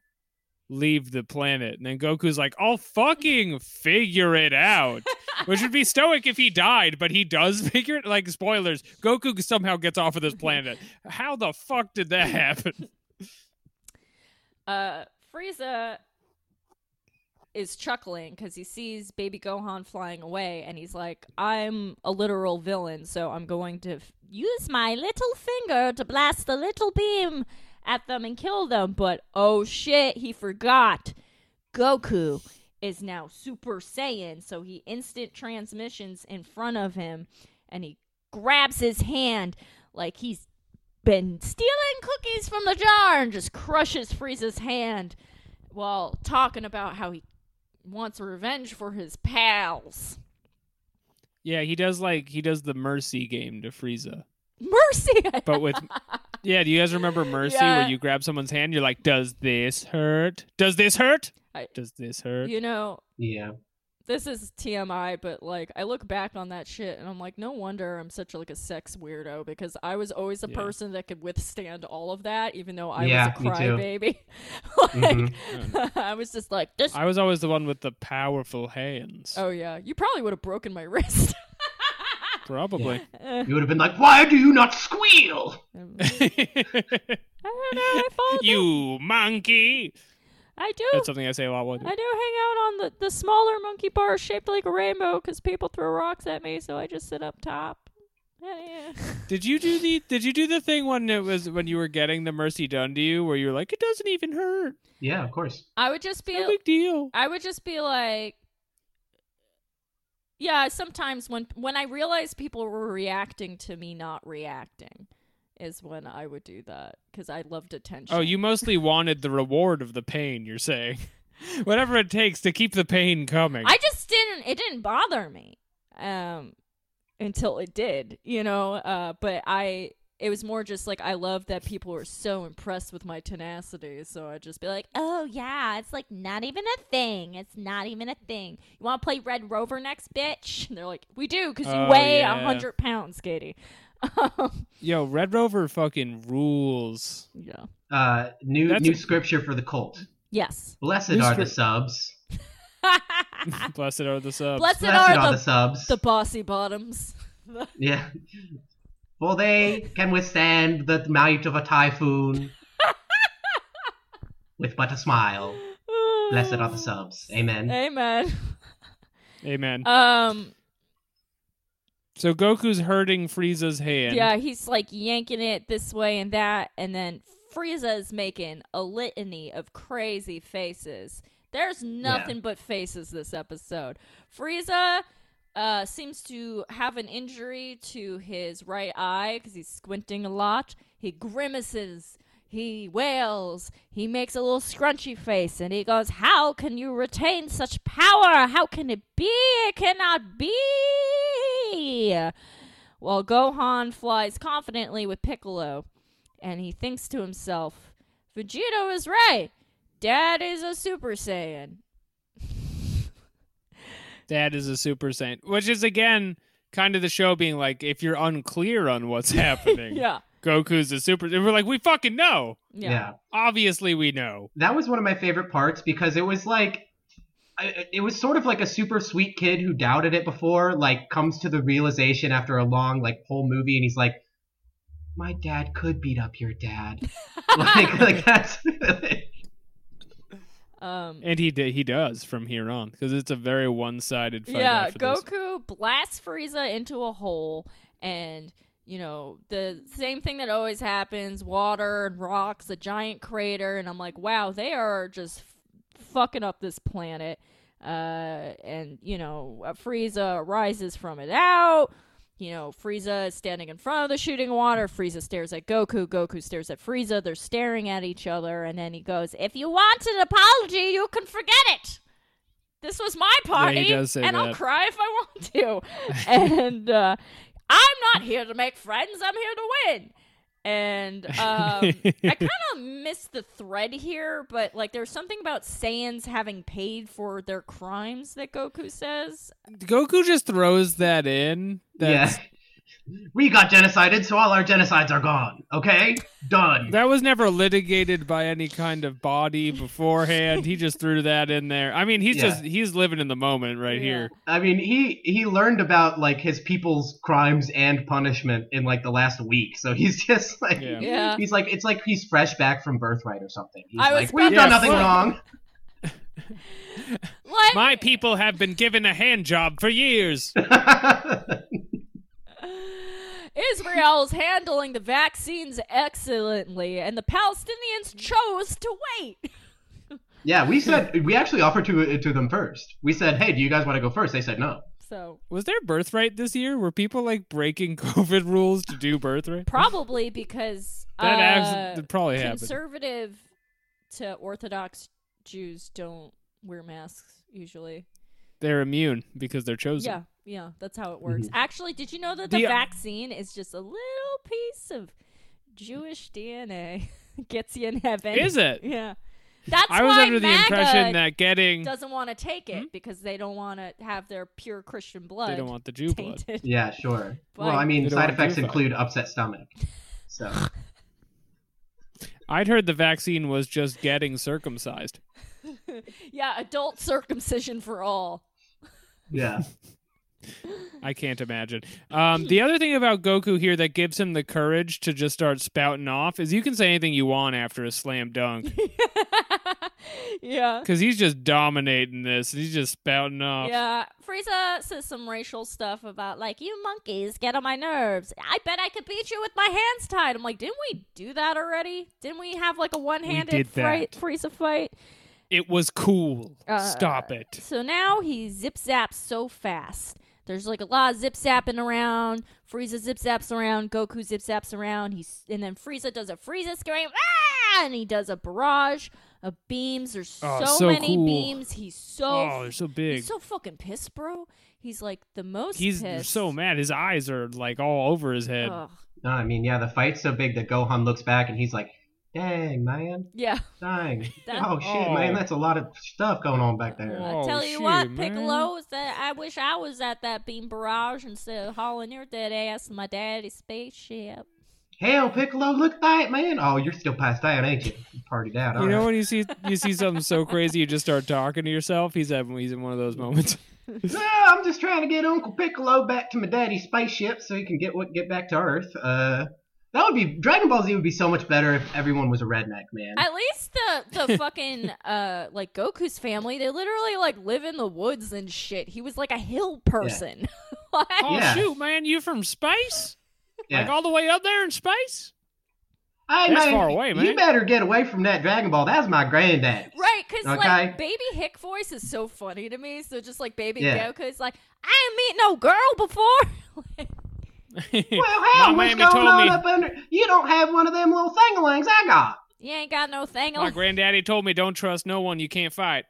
S2: leave the planet?" And then Goku's like, "I'll fucking figure it out," which would be stoic if he died, but he does (laughs) figure it. Like spoilers, Goku somehow gets off of this planet. How the fuck did that happen?
S4: Uh, Frieza is chuckling because he sees baby Gohan flying away and he's like, I'm a literal villain, so I'm going to f- use my little finger to blast the little beam at them and kill them. But oh shit, he forgot. Goku is now Super Saiyan, so he instant transmissions in front of him and he grabs his hand like he's been stealing cookies from the jar and just crushes Frieza's hand while talking about how he wants revenge for his pals.
S2: (laughs) Yeah, he does like he does the mercy game to Frieza.
S4: Mercy! (laughs)
S2: but with yeah do you guys remember mercy
S4: Yeah.
S2: where you grab someone's hand you're like does this hurt does this hurt
S4: I-
S2: does this hurt
S4: you know,
S3: Yeah.
S4: this is TMI, but like I look back on that shit and I'm like, no wonder I'm such like a sex weirdo because I was always a
S2: Yeah.
S4: person that could withstand all of that, even though I
S3: Yeah,
S4: was a
S3: me too.
S4: crybaby. (laughs) like,
S3: Mhm.
S4: (laughs) I was just like, this.
S2: i was always the one with the powerful hands
S4: oh yeah, you probably would have broken my wrist. (laughs)
S2: probably
S3: You would have been like, why do you not squeal?
S4: I don't know. I fall.
S2: (laughs) you monkey
S4: I do.
S2: that's something i say a lot when
S4: I do hang out on the, the smaller monkey bar shaped like a rainbow because people throw rocks at me, so I just sit up top. Yeah,
S2: Did you do the Did you do the thing when it was when you were getting the mercy done to you, where you were like, it doesn't even hurt,
S3: Yeah, of course.
S4: I would just be
S2: no big deal.
S4: I would just be like, yeah. Sometimes when when I realized people were reacting to me not reacting, is when I would do that because I loved attention.
S2: Oh, you mostly wanted the reward of the pain. You're saying, (laughs) whatever it takes to keep the pain coming.
S4: I just didn't. It didn't bother me, um, until it did. You know. Uh, but I. It was more just like I love that people were so impressed with my tenacity, so I'd just be like, "Oh yeah, it's like not even a thing. It's not even a thing. You want to play Red Rover next, bitch?" And they're like, "We do, because you
S2: Oh,
S4: weigh a
S2: yeah.
S4: hundred pounds, Katie." Um,
S2: Yo, Red Rover fucking rules.
S4: yeah.
S3: Uh, new
S2: That's
S3: new
S2: a-
S3: scripture for the cult.
S2: (laughs)
S4: Yes.
S3: Blessed
S2: New
S3: are the
S2: scri-
S3: subs.
S2: (laughs) Blessed are the subs.
S4: Blessed,
S3: Blessed
S4: are,
S3: are the
S4: the,
S3: subs.
S4: the bossy bottoms.
S3: (laughs)
S4: (laughs)
S3: Yeah. For they can withstand the might of a typhoon with but a smile. Blessed are the subs. Amen.
S4: Amen.
S2: Amen.
S4: Um.
S2: so Goku's hurting Frieza's hand.
S4: Yeah, he's like yanking it this way and that, and then Frieza's making a litany of crazy faces. There's nothing but faces this episode. Frieza uh, seems to have an injury to his right eye because he's squinting a lot. He grimaces. He wails. He makes a little scrunchy face and he goes, How can you retain such power? How can it be? It cannot be. While Gohan flies confidently with Piccolo, and he thinks to himself, Vegito is right. Dad is a Super Saiyan.
S2: That is a Super Saiyan, which is again kind of the show being like, if you're unclear on
S4: (laughs)
S2: what's happening,
S4: Yeah.
S2: Goku's a Super. And we're like, we fucking know.
S4: Yeah.
S3: yeah.
S2: Obviously, we know.
S3: That was one of my favorite parts because it was like I- it was sort of like a super sweet kid who doubted it before like comes to the realization after a long like whole movie and he's like my dad could beat up your dad. (laughs) like like that's (laughs)
S4: Um,
S2: And he did. He does from here on because it's a very one-sided fight.
S4: yeah,
S2: after this.
S4: Goku blasts Frieza into a hole, and you know the same thing that always happens: water and rocks, a giant crater, and I'm like, wow, they are just f- fucking up this planet. Uh, and you know, uh, Frieza rises from it out. You know, Frieza is standing in front of the shooting water. Frieza stares at Goku. Goku stares at Frieza. They're staring at each other, and then he goes, "If you want an apology, you can forget it." This was my party,
S2: does say
S4: and I'll
S2: that.
S4: cry if I want
S2: (laughs)
S4: to. and uh, I'm not here to make friends. I'm here to win.
S2: (laughs)
S4: And um, I kind of missed the thread here, but like there's something about Saiyans having paid for their crimes that Goku says.
S2: Goku just throws that in. That's,
S3: yeah. We got genocided, so all our genocides are gone. Okay? Done.
S2: That was never litigated by any kind of body beforehand. he just threw that in there. I mean, he's
S3: Yeah.
S2: just he's living in the moment right here.
S3: I mean, he he learned about like his people's crimes and punishment in like the last week, so he's (laughs) just like,
S2: Yeah.
S4: Yeah.
S3: he's like, it's like he's fresh back from birthright or something. He's
S4: I
S3: like,
S4: was about
S3: we've
S4: to
S3: done nothing
S4: say-
S3: wrong.
S4: Like
S2: My people have been given a hand job for years.
S4: Israel's handling the vaccines excellently, and the Palestinians chose to wait.
S3: (laughs) yeah, we said we actually offered to to them first. We said, hey, do you guys want to go first? They said no.
S4: So
S2: Was there birthright this year? Were people like breaking (laughs) COVID rules to do birthright?
S4: probably because
S2: (laughs) That
S4: uh,
S2: abs- that probably happened.
S4: conservative to Orthodox Jews don't wear masks usually.
S2: They're immune because they're chosen.
S4: Yeah, yeah, that's how it works. Actually, did you know that the
S2: Mm-hmm. The- uh,
S4: vaccine is just a little piece of Jewish DNA (laughs) gets you in heaven?
S2: Is it?
S4: Yeah, that's
S2: I was
S4: why
S2: under the
S4: MAGA
S2: impression that getting
S4: doesn't want to take it because they don't want to have their pure Christian blood.
S2: they don't want the Jew blood.
S4: tainted. (laughs)
S3: Yeah, sure.
S4: Why?
S3: Well, I mean,
S2: They don't
S3: side
S2: wanna
S3: effects
S2: do that.
S3: include upset stomach. So
S2: I'd heard the vaccine was just getting circumcised.
S4: Yeah, adult circumcision for all. (laughs)
S3: yeah,
S2: I can't imagine. Um, the other thing about Goku here that gives him the
S4: (laughs)
S2: courage to just start spouting off is you can say anything you want after a slam dunk.
S4: yeah.
S2: Because he's just dominating this. He's just spouting off.
S4: Yeah, Frieza says some racial stuff about like you monkeys get on my nerves. I bet I could beat you with my hands tied. I'm like, didn't we do that already? Didn't we have like a one-handed
S2: did
S4: fright,
S2: that.
S4: Frieza fight?
S2: It was cool.
S4: Uh,
S2: Stop it.
S4: So now he zip zaps so fast. There's like a lot of zip zapping around. Frieza zip zaps around. Goku zip zaps around. He's and then Frieza does a Frieza scream, ah! and he does a barrage of beams. There's
S2: Oh,
S4: so,
S2: so
S4: many
S2: cool.
S4: beams. He's so
S2: Oh, they're so big.
S4: He's so fucking pissed, bro. He's like the most.
S2: He's
S4: pissed.
S2: so mad. His eyes are like all over his head.
S4: Ugh.
S3: No, I mean, yeah, the fight's so big that Gohan looks back and he's like, "Dang, man,
S4: Yeah,
S3: dang,
S4: That-
S3: (laughs) oh shit,
S2: Oh.
S3: man, that's a lot of stuff going on back there."
S4: I
S2: Oh,
S4: tell you
S2: shoot,
S4: what,
S2: man.
S4: Piccolo is that I wish I was at that beam barrage instead of hauling your dead ass in my daddy's spaceship.
S3: Hell, Piccolo, look at that, man. Oh, you're still passed out, ain't you? You partied out.
S2: You
S3: all
S2: know
S3: right.
S2: when you see you see something so crazy you just start talking to yourself. He's having he's in one of those moments.
S3: No, I'm just trying to get Uncle Piccolo back to my daddy's spaceship so he can get what get back to Earth. Uh, that would be Dragon Ball Z would be so much better if everyone was a redneck, man.
S4: At least
S2: (laughs)
S4: the the fucking uh like Goku's family, they literally like live in the woods and shit. He was like a hill person. (laughs) like,
S2: (laughs) Oh
S3: Yeah.
S2: shoot, man! You from space?
S3: Yeah.
S2: Like all the way up there in space? (laughs)
S3: Hey,
S2: That's far away,
S3: You
S2: man.
S3: better get away from that Dragon Ball. That's my granddad.
S4: Right, because
S3: Okay.
S4: like baby Hick voice is so funny to me. So just like baby
S3: Yeah.
S4: Goku's like, I ain't meet no girl before. (laughs) Like,
S2: (laughs)
S3: Well, hey,
S2: My
S3: what's
S2: mammy
S3: going
S2: told
S3: on
S2: me-
S3: up under? You don't have one of them little thingalangs I got.
S4: you ain't got no thing.
S2: My
S4: on
S2: granddaddy told me don't trust no one you can't fight.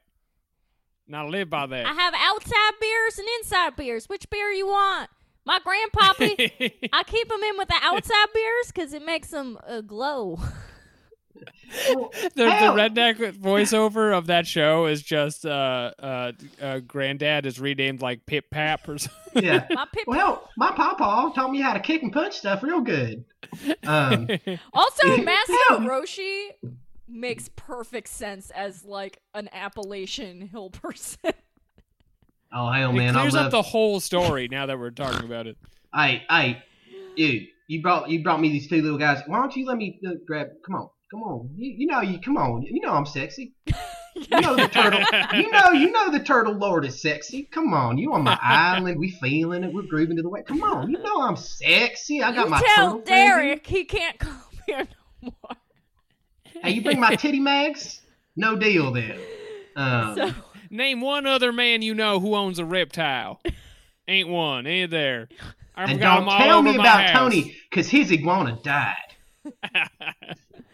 S2: And I live by (laughs)
S4: I
S2: that.
S4: have outside beers and inside beers. Which beer you want? My
S2: (laughs)
S4: grandpappy. I keep him in with the outside beers because it makes them uh, glow. (laughs)
S2: (laughs) the, the
S3: Ow.
S2: redneck voiceover of that show is just uh, uh, uh, granddad is renamed like Pip Pap or something. (laughs)
S3: Yeah.
S4: My pip-
S3: well, my papa taught me how to kick and punch stuff real good.
S2: (laughs)
S3: Um,
S4: also, Master
S3: Ow.
S4: Roshi makes perfect sense as like an Appalachian hill person.
S3: oh hell,
S2: it
S3: man, I
S2: clears
S3: love.
S2: up the whole story now that we're talking about it.
S3: Hey, hey, you, you brought you brought me these two little guys. Why don't you let me uh, grab? Come on, come on. You, you know you come on. You know
S2: (laughs)
S3: I'm sexy. You know the turtle. You know you know the turtle lord is sexy. Come on, you
S2: (laughs)
S3: on my island. We feeling it. We're grooving to the way. Come on, you know I'm sexy. I got
S4: you
S3: my
S4: tell
S3: turtle. frenzy.
S4: Derek he can't (laughs) come here no more.
S3: Hey, you bring my titty mags? No deal then. Um,
S4: So
S2: Name one other man you know who owns a reptile. Ain't one. Ain't there. I
S3: and
S2: forgot
S3: don't
S2: them all
S3: tell
S2: over
S3: me
S2: my
S3: about
S2: house.
S3: Tony, cause his iguana
S2: (laughs)
S3: died.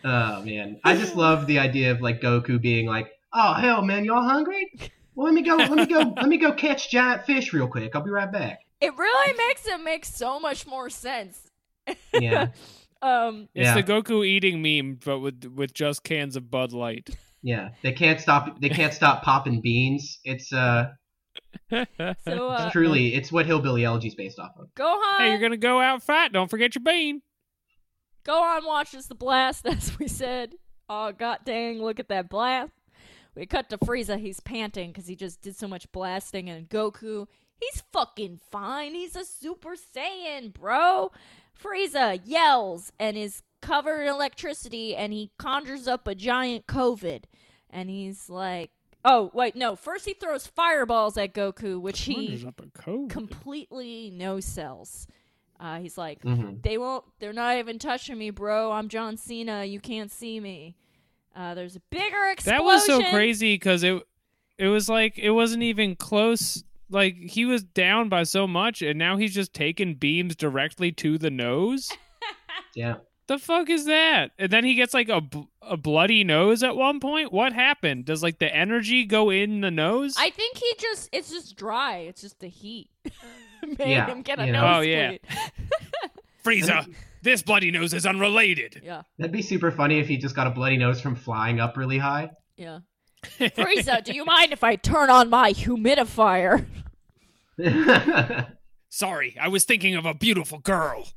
S3: Oh man, I just love the idea of like Goku being like, "Oh hell, man, y'all hungry? Well, let me go, let me go, let me go catch giant fish real quick. I'll be right back."
S4: it really makes it make so much more sense.
S3: Yeah,
S2: (laughs)
S4: Um,
S2: It's
S3: Yeah.
S2: the Goku eating meme, but with with just cans of Bud Light.
S3: yeah. They can't stop. They can't stop popping beans. It's uh,
S4: so uh,
S3: it's truly, it's what hillbilly elegy's based off of.
S4: Gohan.
S2: Hey, you're gonna go out and fight. Don't forget your bean.
S4: Gohan watches the blast, (laughs) as we said. Oh, god dang, look at that blast. We cut to Frieza. He's panting because he just did so much blasting. And Goku, he's fucking fine. He's a Super Saiyan, bro. Frieza yells and is covered in electricity and he conjures up a giant COVID. And he's like, oh, wait, no. First, he throws fireballs at Goku, which
S2: Wonders
S4: he
S2: up a code.
S4: completely no sells. Uh, he's like,
S3: hmm
S4: they won't they're not even touching me bro i'm john cena you can't see me uh, there's a bigger explosion
S2: that was so crazy because it it was like it wasn't even close. Like he was down by so much, and now he's just taking beams directly to the nose.
S3: Yeah,
S2: The fuck is that? And then he gets like a, bl- a bloody nose at one point. What happened? Does like the energy go in the nose?
S4: i think he just it's just dry it's just the heat (laughs) made
S3: Yeah,
S4: him get a
S3: you know.
S2: Oh, yeah.
S4: nosebleed. (laughs)
S2: Frieza, this bloody nose is unrelated.
S4: yeah
S3: that'd be super funny if he just got a bloody nose from flying up really high. (laughs)
S2: (laughs)
S4: yeah frieza do you mind if i turn on my humidifier
S3: yeah,
S2: Sorry, I was thinking of a beautiful girl.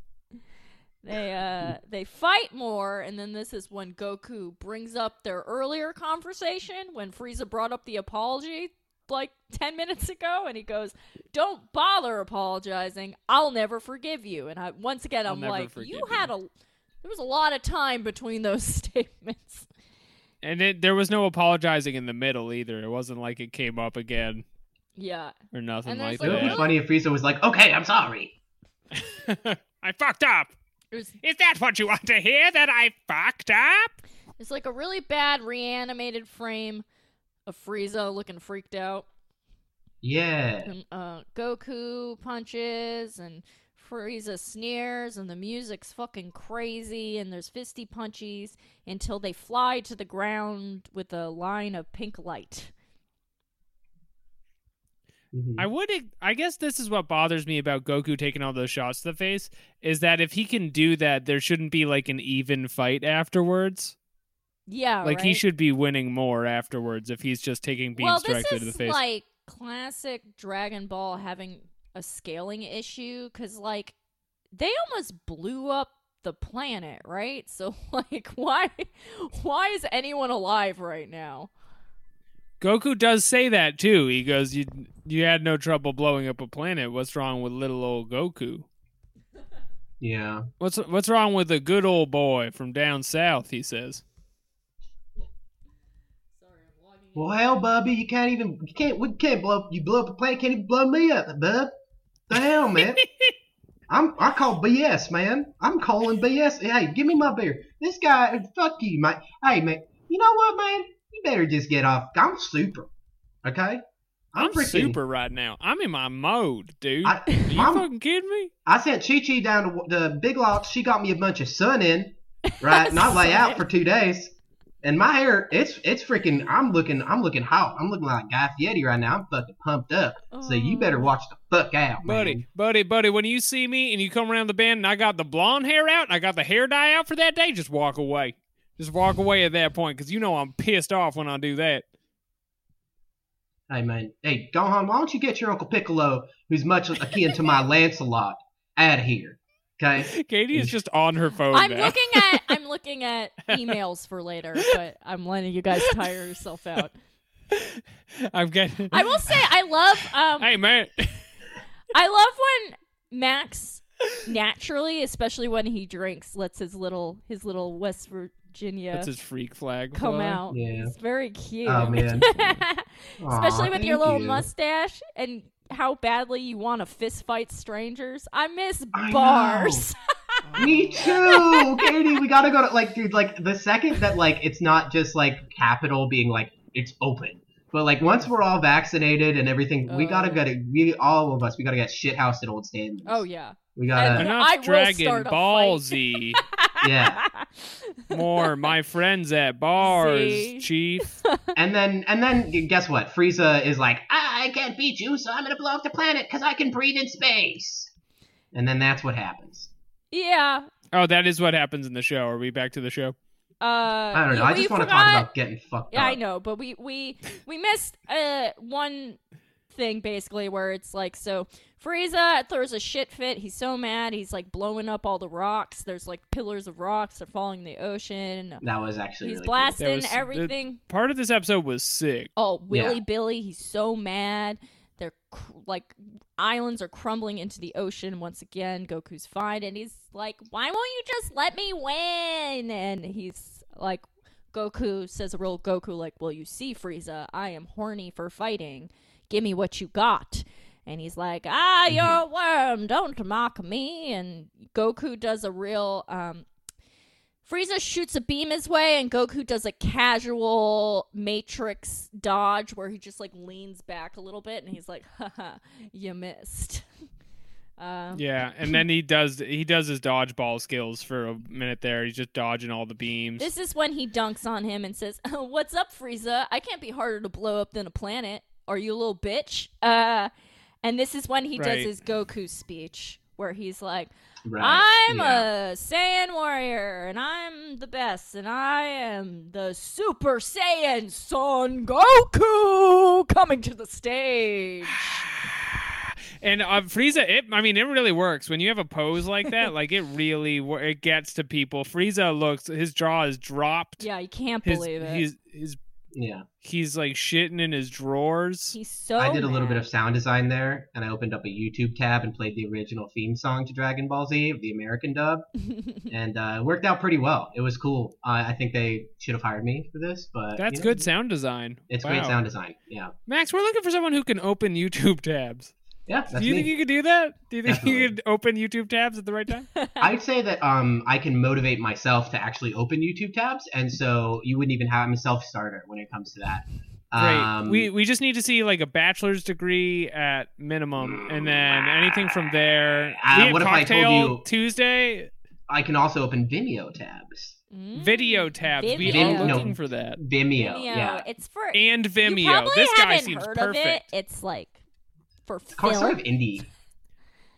S4: they uh they fight more and then this is when goku brings up their earlier conversation when frieza brought up the apology like 10 minutes ago and he goes don't bother apologizing i'll never forgive you and i once again
S2: I'll
S4: i'm
S2: never
S4: like
S2: forgive
S4: you
S2: you."
S4: had a there was a lot of time between those (laughs) statements
S2: And it, there was no apologizing in the middle either. It wasn't like it came up again
S4: Yeah.
S2: or nothing
S4: And
S2: like
S4: there's,
S3: It would
S4: like,
S3: be
S4: no-
S2: that.
S3: funny if Frieza was like, "Okay, I'm sorry."
S2: (laughs) I fucked up.
S4: It was
S2: Is that what you want to hear? That I fucked up?
S4: it's like a really bad reanimated frame of Frieza looking freaked out.
S3: Yeah.
S4: And, uh, Goku punches and Frieza sneers and the music's fucking crazy and there's fisty punchies until they fly to the ground with a line of pink light.
S3: Mhm.
S2: I would. I guess this is what bothers me about Goku taking all those shots to the face is that if he can do that, there shouldn't be like an even fight afterwards.
S4: Yeah,
S2: like he
S4: Oh, right?
S2: should be winning more afterwards if he's just taking beam
S4: well,
S2: strikes
S4: this
S2: to
S4: is
S2: the face.
S4: like classic Dragon Ball having a scaling issue because, like, they almost blew up the planet, right? (laughs) So, like, why, why is anyone alive right now?
S2: Goku does say that too. He goes, "You you had no trouble blowing up a planet. What's wrong with little old Goku?
S3: Yeah.
S2: What's what's wrong with the good old boy from down south?" He says.
S3: Well, hell, Bubby, you can't even you can't we can't blow you blow up a plane, can't even blow me up, bub. The
S2: (laughs)
S3: hell, man. I'm I call BS, man. I'm calling BS. Hey, give me my beer. This guy, fuck you, mate. Hey, man. You know what, man? You better just get off. I'm super. Okay.
S2: I'm,
S3: freaking-
S2: super right now. I'm in my mode, dude.
S3: I,
S2: Are you
S3: I'm-
S2: fucking kidding me?
S3: I sent Chi Chi down to the Big Lots. She got me a bunch of sun in,
S4: (laughs)
S3: right? And I lay out for two days. And my hair, it's it's freaking. I'm looking, I'm looking hot. I'm looking like Guy Fieri right now. I'm fucking pumped up. So you better
S4: Oh.
S3: watch the fuck out, man.
S2: Buddy, buddy, buddy, when you see me and you come around the bend and I got the blonde hair out and I got the hair dye out for that day, just walk away. Just walk away at that point because you know I'm pissed off when I do that.
S3: Hey man, hey Gohan, why don't you get your Uncle Piccolo, who's much akin to
S4: (laughs)
S3: my Lancelot, out of here? Okay.
S2: Katie is just on her phone
S4: I'm
S2: now.
S4: looking
S2: (laughs)
S4: at I'm looking at emails for later, but I'm letting you guys tire yourself out.
S2: I'm getting.
S4: (laughs) I will say I love um
S2: Hey,
S4: (laughs)
S2: man.
S4: I love when Max naturally, especially when he drinks, lets his little his little West Virginia
S2: That's his freak flag.
S4: come
S2: fly.
S4: out.
S3: Yeah.
S4: It's very cute.
S3: Oh
S4: (laughs)
S3: man. Aw,
S4: especially with your
S3: thank
S4: little
S3: you.
S4: mustache and how badly you want to fist fight strangers. I miss
S3: I know.
S4: bars. (laughs)
S3: Me too, Katie. We gotta go to like, dude. Like the second that like it's not just like capital being like it's open, but like once we're all vaccinated and everything, we
S4: Oh,
S3: gotta
S4: yeah.
S3: get it. We all of us, we gotta get shithoused at Old Stanley's.
S4: Oh yeah.
S3: we gotta.
S4: And- (laughs)
S2: Enough
S4: I will
S2: Dragon
S4: start a
S2: Ball
S4: fight.
S2: Z.
S3: Yeah.
S2: More my friends
S4: (laughs)
S2: at bars,
S4: See?
S2: Chief.
S3: And then and then guess what? Frieza is like, I can't beat you, so I'm gonna blow up the planet because I can breathe in space. And then that's what happens.
S4: (laughs) yeah.
S2: Oh, that is what happens in the show. Are we back to the show?
S4: Uh,
S3: I don't know.
S4: you-
S3: I
S4: we
S3: just want to
S4: forgot-
S3: talk about getting fucked
S4: Yeah,
S3: up.
S4: I know, but we we we missed uh one thing basically where it's like so Frieza throws a shit fit. He's so mad. He's like blowing up all the rocks. There's like pillars of rocks. They're falling in the ocean.
S3: That was actually
S4: He's
S3: really
S4: blasting
S2: was-
S4: everything.
S2: Part of this episode was sick.
S4: Oh, Willy
S3: Yeah.
S4: Billy, he's so mad. They're cr- like islands are crumbling into the ocean once again. Goku's fine, and he's like, "Why won't you just let me win?" And he's like, Goku says a real Goku like, "Well, you see, Frieza, I am horny for fighting. Give me what you got." And he's like, "Ah, you're a worm. Don't mock me." And Goku does a real um, Frieza shoots a beam his way, and Goku does a casual Matrix dodge where he just like leans back a little bit, and he's like, "Haha, you missed." (laughs) Uh,
S2: Yeah, and then he does he does his dodgeball skills for a minute there. He's just dodging all the beams.
S4: this is when he dunks on him and says, (laughs) "Oh, "What's up, Frieza? I can't be harder to blow up than a planet. Are you a little bitch?" Uh, and this is when he
S2: Right.
S4: does his Goku speech where he's like,
S3: good. Right.
S4: I'm
S3: yeah.
S4: a Saiyan warrior, and I'm the best, and I am the Super Saiyan Son Goku coming to the stage. (sighs)
S2: and uh, Frieza, it I mean, it really works when you have a pose like
S4: (laughs)
S2: that. like it really wor- it gets to people. Frieza looks his jaw is dropped.
S4: Yeah, you can't
S2: his,
S4: believe it.
S2: His his
S3: Yeah.
S2: He's like shitting in his drawers.
S4: He's so.
S3: I did a little bit
S4: mad.
S3: of sound design there, and I opened up a YouTube tab and played the original theme song to Dragon Ball Z of the American dub, and uh, it worked out pretty well. It was cool. Uh, I think they should have hired me for this, but
S2: That's
S3: you know,
S2: good sound design.
S3: It's
S2: wow.
S3: great sound design. Yeah.
S2: Max, we're looking for someone who can open YouTube tabs.
S3: Yeah. That's
S2: do you
S3: me.
S2: think you could do that? Do you think you
S3: Definitely.
S2: could open YouTube tabs at the right time?
S3: I'd say that um, I can motivate myself to actually open YouTube tabs, and so you wouldn't even have I'm a self starter when it comes to that.
S2: Great.
S3: Um,
S2: we we just need to see like a bachelor's degree at minimum, and then anything from there.
S3: Uh,
S2: we had
S3: what if I told
S2: cocktail
S3: you-
S2: Tuesday
S3: I can also open Vimeo tabs.
S4: Mm.
S2: video tabs? We
S4: Vimeo.
S2: are
S3: Vimeo.
S2: looking for that.
S3: Vimeo,
S4: Vimeo.
S3: yeah.
S4: It's for.
S2: And Vimeo.
S4: You probably
S2: this guy
S4: haven't
S2: seems
S4: heard
S2: perfect.
S4: of it. It's like for
S3: It's called- sort
S4: film.
S3: of e- indie.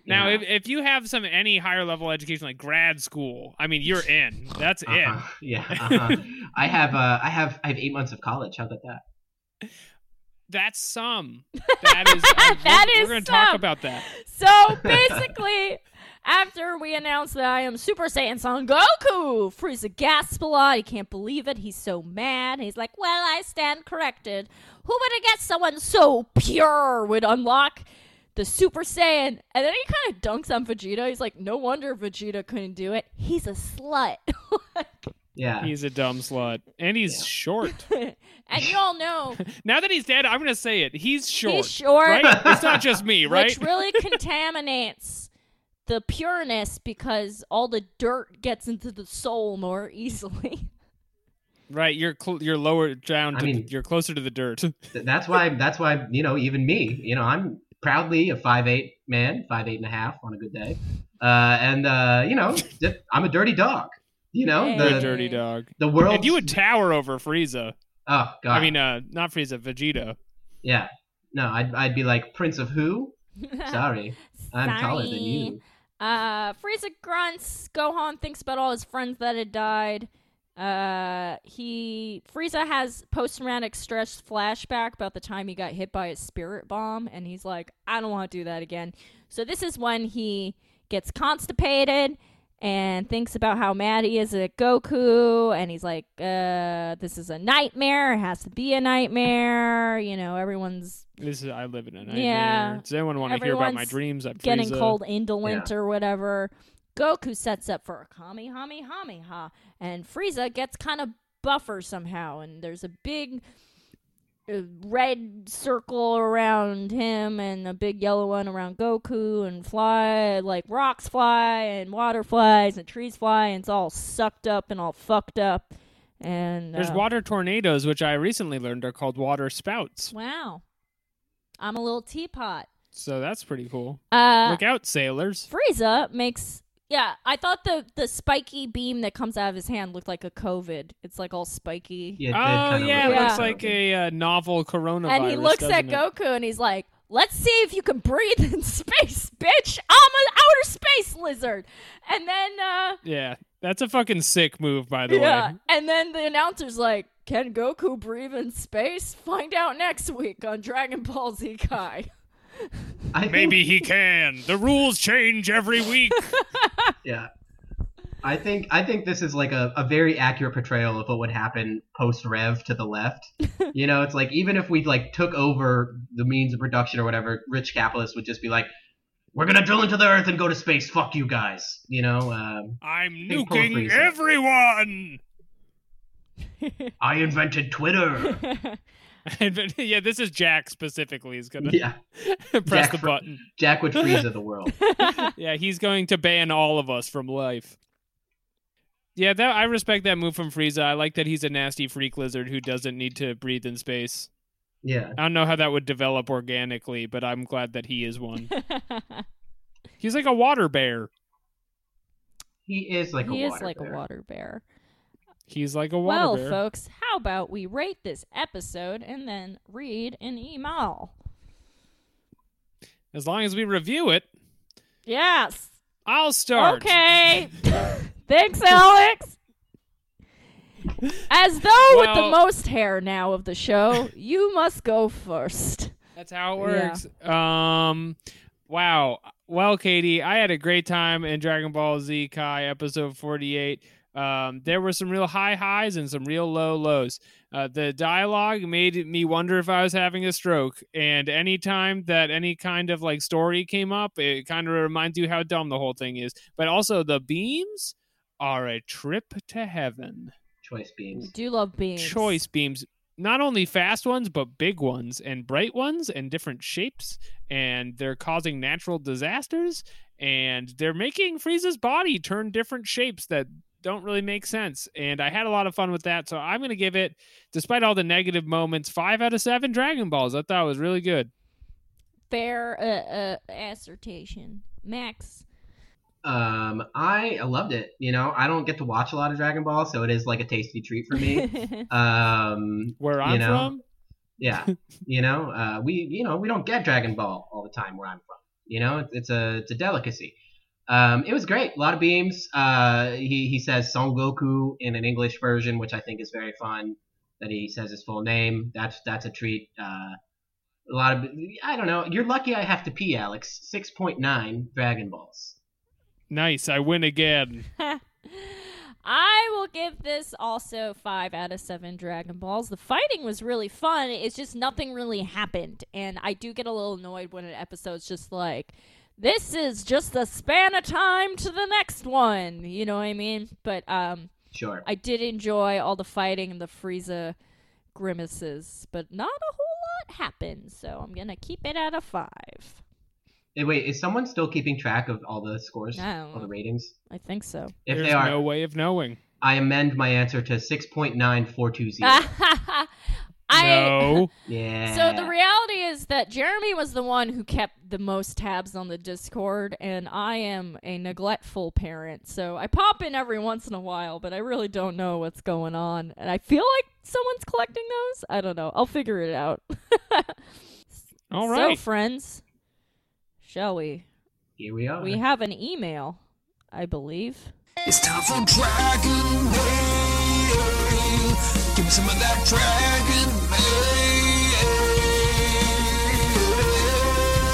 S2: Now,
S3: Yeah.
S2: if, if you have some any higher level education, like grad school, I mean, you're in. That's
S3: Uh-huh. Yeah. Uh-huh. I have uh, I have I have eight months of college. How about that?
S2: it. That's
S4: (laughs)
S2: some. That is. I-
S4: That
S2: we're,
S4: is
S2: We're gonna talk
S4: some.
S2: about that.
S4: So basically, after we announced that I am Super Saiyan Son Goku, Frieza gasps a lot. He can't believe it. He's so mad. He's like, "Well, I stand corrected. Who would have guessed someone so pure would unlock the Super Saiyan?" And then he kind of dunks on Vegeta. He's like, "No wonder Vegeta couldn't do it. He's a slut." (laughs)
S3: Yeah.
S2: He's a dumb slut, and he's
S3: Yeah.
S2: short.
S4: and you all know
S2: Now that he's dead, I'm gonna say it. He's short.
S4: he's short.
S2: Right? It's not just me, right?
S4: (laughs) which really contaminates the pureness because all the dirt gets into the soul more easily. (laughs)
S2: Right. You're cl- you're lower down. To
S3: I mean-
S2: you're closer to the
S4: (laughs)
S2: dirt.
S3: Th- That's why that's why, you know, even me, you know, I'm proudly a five eight man, five eight and a half on a good day. Uh, and uh, you know, just- I'm a dirty dog. You know,
S4: Hey.
S2: You're a
S4: Uh,
S3: the
S2: dirty dog.
S3: the world
S2: And you would tower over Frieza.
S3: Oh god.
S2: I mean, uh, not Frieza, Vegeta.
S3: Yeah. No, I'd, I'd be like, Prince of who? Sorry. I'm taller than you.
S4: Uh, Frieza grunts. Gohan thinks about all his friends that had died. Uh, he Frieza has post-traumatic stress flashback about the time he got hit by a spirit bomb, and he's like, "I don't want to do that again." So this is when he gets constipated and thinks about how mad he is at Goku, and he's like, "Uh, this is a nightmare. It has to be a nightmare. You know, everyone's
S2: This is I live in a nightmare.
S4: Yeah.
S2: Does anyone want to hear about my
S4: Everyone's
S2: dreams? I'm
S4: getting
S2: Frieza.
S4: cold, indolent, or whatever. Goku sets up for a kami hami hami ha, and Frieza gets kind of buffer somehow, and there's a big uh, red circle around him and a big yellow one around Goku and fly like rocks fly and water flies and trees fly and it's all sucked up and all fucked up and
S2: There's
S4: uh,
S2: water tornadoes, which I recently learned are called water spouts.
S4: wow I'm a little teapot
S2: So that's pretty cool.
S4: uh
S2: Look out, sailors.
S4: Frieza makes yeah, I thought the the spiky beam that comes out of his hand looked like a COVID. It's like all spiky.
S3: Yeah, that
S2: Oh
S3: kinda
S2: yeah, it
S4: look
S3: really
S2: looks
S3: cool.
S2: like a uh, novel coronavirus.
S4: and he looks at
S2: doesn't it?
S4: Goku and he's like, "Let's see if you can breathe in (laughs) space, bitch. I'm an outer space lizard." And then uh
S2: Yeah, that's a fucking sick move, by the
S4: yeah,
S2: way.
S4: and then the announcer's like, "Can Goku breathe in space? Find out next week on Dragon Ball Z Kai." (laughs)
S3: I think-
S2: Maybe he can. The rules change every week.
S3: Yeah. I think I think this is like a, a very accurate portrayal of what would happen post Rev to the
S4: (laughs)
S3: left. you know, it's like even if we like took over the means of production or whatever, rich capitalists would just be like, "We're gonna drill into the earth and go to space. Fuck you guys." You know, um,
S2: I'm (laughs)
S3: Think Paul nuking Freeze.
S2: everyone.
S3: I invented
S4: (laughs)
S3: Twitter. (laughs)
S2: yeah, this is Jack specifically. He's gonna
S3: yeah,
S2: (laughs) press
S3: Jack
S2: the
S3: Fr-
S2: button.
S3: Jack would freeze of the world.
S2: Yeah, he's going to ban all of us from life. Yeah, that I respect that move from Frieza. I like that he's a nasty freak lizard who doesn't need to breathe in space.
S3: Yeah,
S2: I don't know how that would develop organically, but I'm glad that he is
S4: (laughs)
S2: one. He's like a water bear.
S3: he is (laughs) like
S4: he
S3: a
S4: is
S3: water
S4: like
S3: bear.
S4: a water bear.
S2: He's like a water
S4: Well,
S2: bear.
S4: folks, how about we rate this episode and then read an email?
S2: As long as we review it,
S4: Yes.
S2: I'll start.
S4: Okay. (laughs) Thanks, Alex. As though with the
S2: Well-
S4: most hair now of the show, you must go first.
S2: That's how it
S4: Yeah.
S2: works. Um, wow. Well, Katie, I had a great time in Dragon Ball Z Kai episode 48. Um, there were some real high highs and some real low lows. Uh, the dialogue made me wonder if I was having a stroke. And anytime that any kind of like story came up, it kind of reminds you how dumb the whole thing is. But also, the beams are a trip to heaven.
S3: Choice beams.
S4: Do love beans.
S2: Choice beams, not only fast ones, but big ones and bright ones and different shapes. And they're causing natural disasters. And they're making Frieza's body turn different shapes that don't really make sense. And I had a lot of fun with that. So I'm going to give it, despite all the negative moments, five out of seven Dragon Balls. I thought it was really good.
S4: Fair uh, uh, assertion. Max.
S3: Um, I I loved it. You know, I don't get to watch a lot of Dragon Ball, so it is like a tasty treat for
S4: (laughs)
S3: me. um,
S2: Where I'm
S3: you know,
S2: from,
S3: yeah, you know, uh, we you know we don't get Dragon Ball all the time where I'm from. You know, it's, it's a it's a delicacy. Um, it was great. A lot of beams. Uh, he he says Son Goku in an English version, which I think is very fun. That he says his full name. That's that's a treat. Uh, a lot of I don't know. You're lucky I have to pee, Alex. Six point nine Dragon Balls.
S2: nice. I win again.
S4: I will give this also five out of seven Dragon Balls. The fighting was really fun. It's just nothing really happened. And I do get a little annoyed when an episode's just like, this is just the span of time to the next one. You know what I mean? But um,
S3: Sure.
S4: I did enjoy all the fighting and the Frieza grimaces, but not a whole lot happened. So I'm going to keep it at a five.
S3: Hey, Wait, is someone still keeping track of all the scores,
S4: I don't
S3: all the
S4: know.
S3: ratings?
S4: I think so.
S3: If
S2: There's
S3: they are,
S2: no way of knowing.
S3: I amend my answer to six point nine four two
S4: (laughs)
S3: zero.
S4: I.
S2: no.
S3: Yeah.
S4: So
S2: Mm.
S4: the reality is that Jeremy was the one who kept the most tabs on the Discord, and I am a neglectful parent, so I pop in every once in a while, but I really don't know what's going on, and I feel like someone's collecting those. I don't know. I'll figure it out. (laughs)
S2: All
S4: So,
S2: right.
S4: friends, shall we?
S3: here we are.
S2: Uh.
S4: We have an email, I believe.
S1: It's time for Dragon Mail. Give me some of that Dragon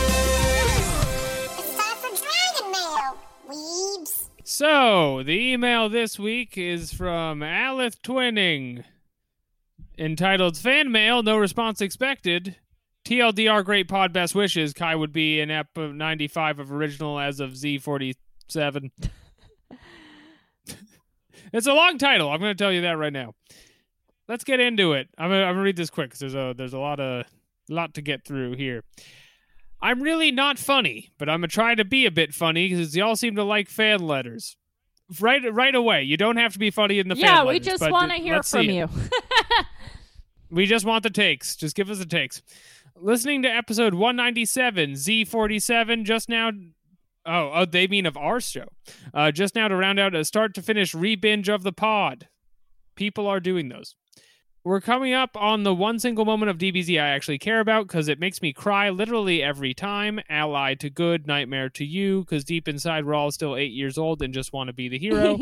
S1: Mail.
S5: It's time for Dragon Mail, weebs.
S2: So, the email this week is from Aleth Twinning, entitled Fan Mail, No Response Expected. TLDR Great Pod Best Wishes. Kai would be in ep 95 of original as of Z47. (laughs) it's a long title. I'm going to tell you that right now. Let's get into it. I'm going to read this quick 'cause there's a, there's a lot, of, lot to get through here. I'm really not funny, but I'm gonna try to be a bit funny because y'all seem to like fan letters. Right, right away. You don't have to be funny in the
S4: yeah,
S2: fan
S4: we
S2: letters.
S4: just
S2: but
S4: want to hear
S2: let's see
S4: from
S2: it.
S4: you.
S2: We just want the takes. Just give us the takes. Listening to episode 197, Z47, just now. Oh, oh, they mean of our show. Uh, just now to round out a start to finish rebinge of the pod. People are doing those. We're coming up on the one single moment of DBZ I actually care about because it makes me cry literally every time. Ally to good, nightmare to you, because deep inside we're all still eight years old and just want to be the
S4: (laughs)
S2: hero.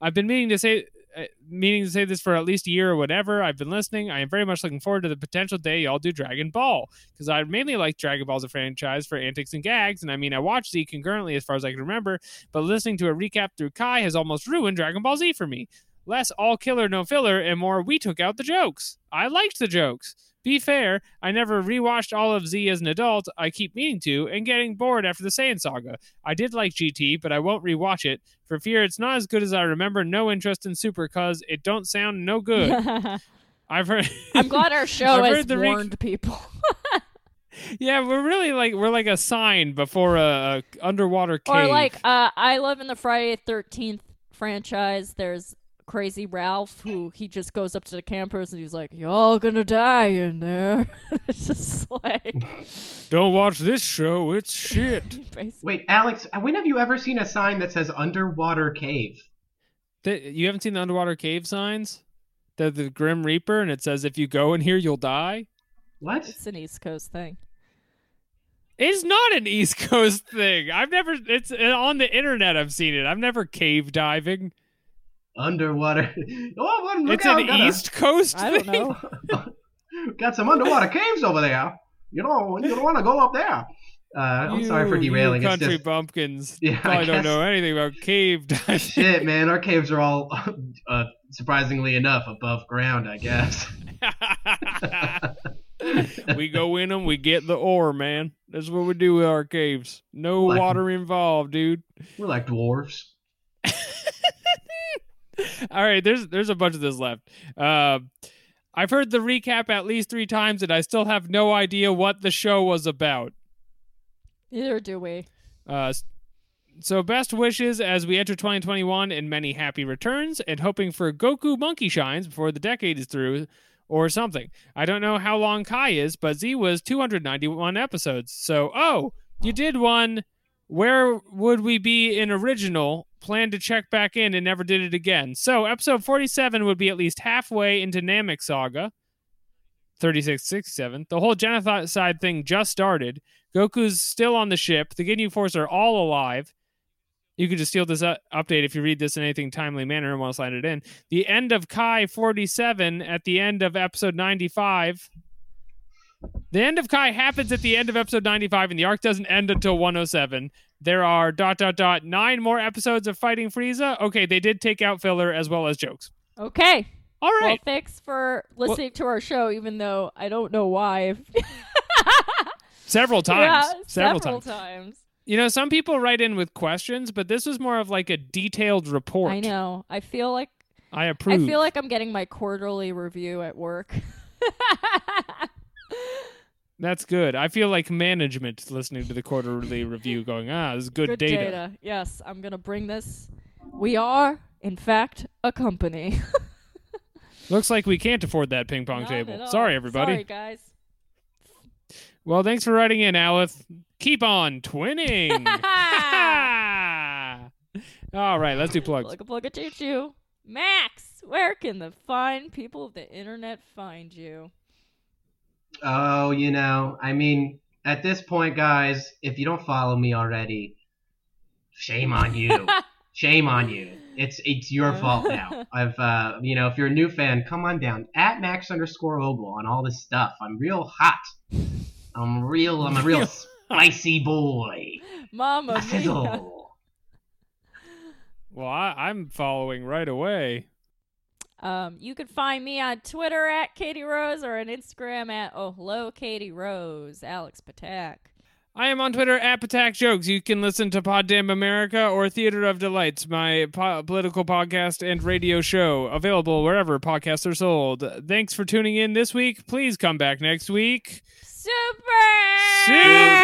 S2: I've been meaning to say uh, meaning to say this for at least a year or whatever. I've been listening. I am very much looking forward to the potential day y'all do Dragon Ball because I mainly like Dragon Ball as a franchise for antics and gags, and I mean I watched Z concurrently as far as I can remember. But listening to a recap through Kai has almost ruined Dragon Ball Z for me. Less all killer no filler and more we took out the jokes. I liked the jokes. Be fair, I never rewatched all of Z as an adult. I keep meaning to and getting bored after the Saiyan saga. I did like GT, but I won't rewatch it for fear it's not as good as I remember. No interest in Super cuz it don't sound no
S4: (laughs)
S2: good.
S4: I'm
S2: I've heard.
S4: glad our show
S2: I've
S4: has
S2: heard the rec-
S4: warned people.
S2: yeah, we're really like we're like a sign before a, a underwater cave.
S4: Or like, uh, I live in the Friday Thirteenth franchise. There's Crazy Ralph, who he just goes up to the campers and he's like, "Y'all gonna die in there." (laughs) it's just
S2: (laughs)
S4: like,
S2: don't watch this show. It's shit.
S4: basically.
S3: Wait, Alex, when have you ever seen a sign that says underwater cave?
S2: Th- you haven't seen the underwater cave signs? The the Grim Reaper, and it says if you go in here, you'll die.
S3: What?
S4: it's an East Coast thing.
S2: It's not an East Coast thing. I've never. It's uh, on the internet. I've seen it. I've never cave diving.
S3: Underwater. (laughs) Oh, one, look
S2: it's
S3: out,
S2: an
S3: got a-
S2: East Coast.
S4: I (laughs) don't
S2: thing.
S4: know.
S3: got some underwater caves over there. You know, you don't want to go up there. Uh, I'm sorry for
S2: You- you
S3: derailing. It's
S2: country
S3: just
S2: bumpkins.
S3: Yeah, I
S2: I, don't
S3: guess-
S2: know anything about cave (laughs) diving.
S3: shit, man. Our caves are all, (laughs) uh, surprisingly enough, above ground. I guess. (laughs)
S2: (laughs) we go in them, we get the ore, man. That's what we do with our caves. No
S3: Like-
S2: water involved, dude. (laughs)
S3: We're like dwarves.
S2: All right, there's there's a bunch of this left. Uh, I've heard the recap at least three times, and I still have no idea what the show was about.
S4: Neither do we.
S2: Uh, s- so best wishes as we enter 2021 and many happy returns and hoping for Goku Monkey Shines before the decade is through or something. I don't know how long Kai is, but Z was 291 episodes. So, oh, you did one. Where would we be in original? Planned to check back in and never did it again. So, episode 47 would be at least halfway into Namek Saga. 3667. The whole genocide thing just started. Goku's still on the ship. The Ginyu Force are all alive. You could just steal this u- update if you read this in anything timely manner and want to slide it in. The end of Kai 47 at the end of episode 95. The end of Kai happens at the end of episode 95, and the arc doesn't end until 107. There are dot dot dot nine more episodes of fighting Frieza. Okay, they did take out filler as well as jokes.
S4: Okay.
S2: All
S4: Well,
S2: right.
S4: thanks for listening to our show, even though I don't know why. (laughs)
S2: several times.
S4: yeah,
S2: several, times.
S4: times.
S2: You know, some people write in with questions, but this was more of like a detailed report.
S4: I know. I feel like
S2: I approve.
S4: I feel like I'm getting my quarterly review at work. (laughs)
S2: that's good. I feel like management listening to the quarterly review, going, "Ah, this is good, data.
S4: Yes, I'm gonna bring this. We are, in fact, a company.
S2: Looks like we can't afford that ping pong
S4: Not at
S2: table.
S4: all.
S2: Sorry, everybody.
S4: Sorry, guys.
S2: (laughs) Well, thanks for writing in, Aleth. Keep on
S4: (laughs)
S2: twinning.
S4: Ah!
S2: All right, let's do plugs.
S4: Plugga plugga choo choo. Max, where can the fine people of the internet find you?
S3: Oh, you know, I mean, at this point, guys, if you don't follow me already, shame on you. shame on you. It's it's your fault now. I've uh, you know, if you're a new fan, come on down at Max underscore Ogle on all this stuff. I'm real hot. I'm real. I'm a real spicy boy. I
S4: Mama mia.
S3: sizzle.
S2: Well, I- I'm following right away.
S4: Um, you can find me on Twitter at Katie Rose or on Instagram at Oh Hello Katie Rose. Alex Patak.
S2: I am on Twitter at Patak Jokes. You can listen to Pod Damn America or Theater of Delights, my po- political podcast and radio show, available wherever podcasts are sold. Thanks for tuning in this week. Please come back next week.
S4: Super.
S2: Super!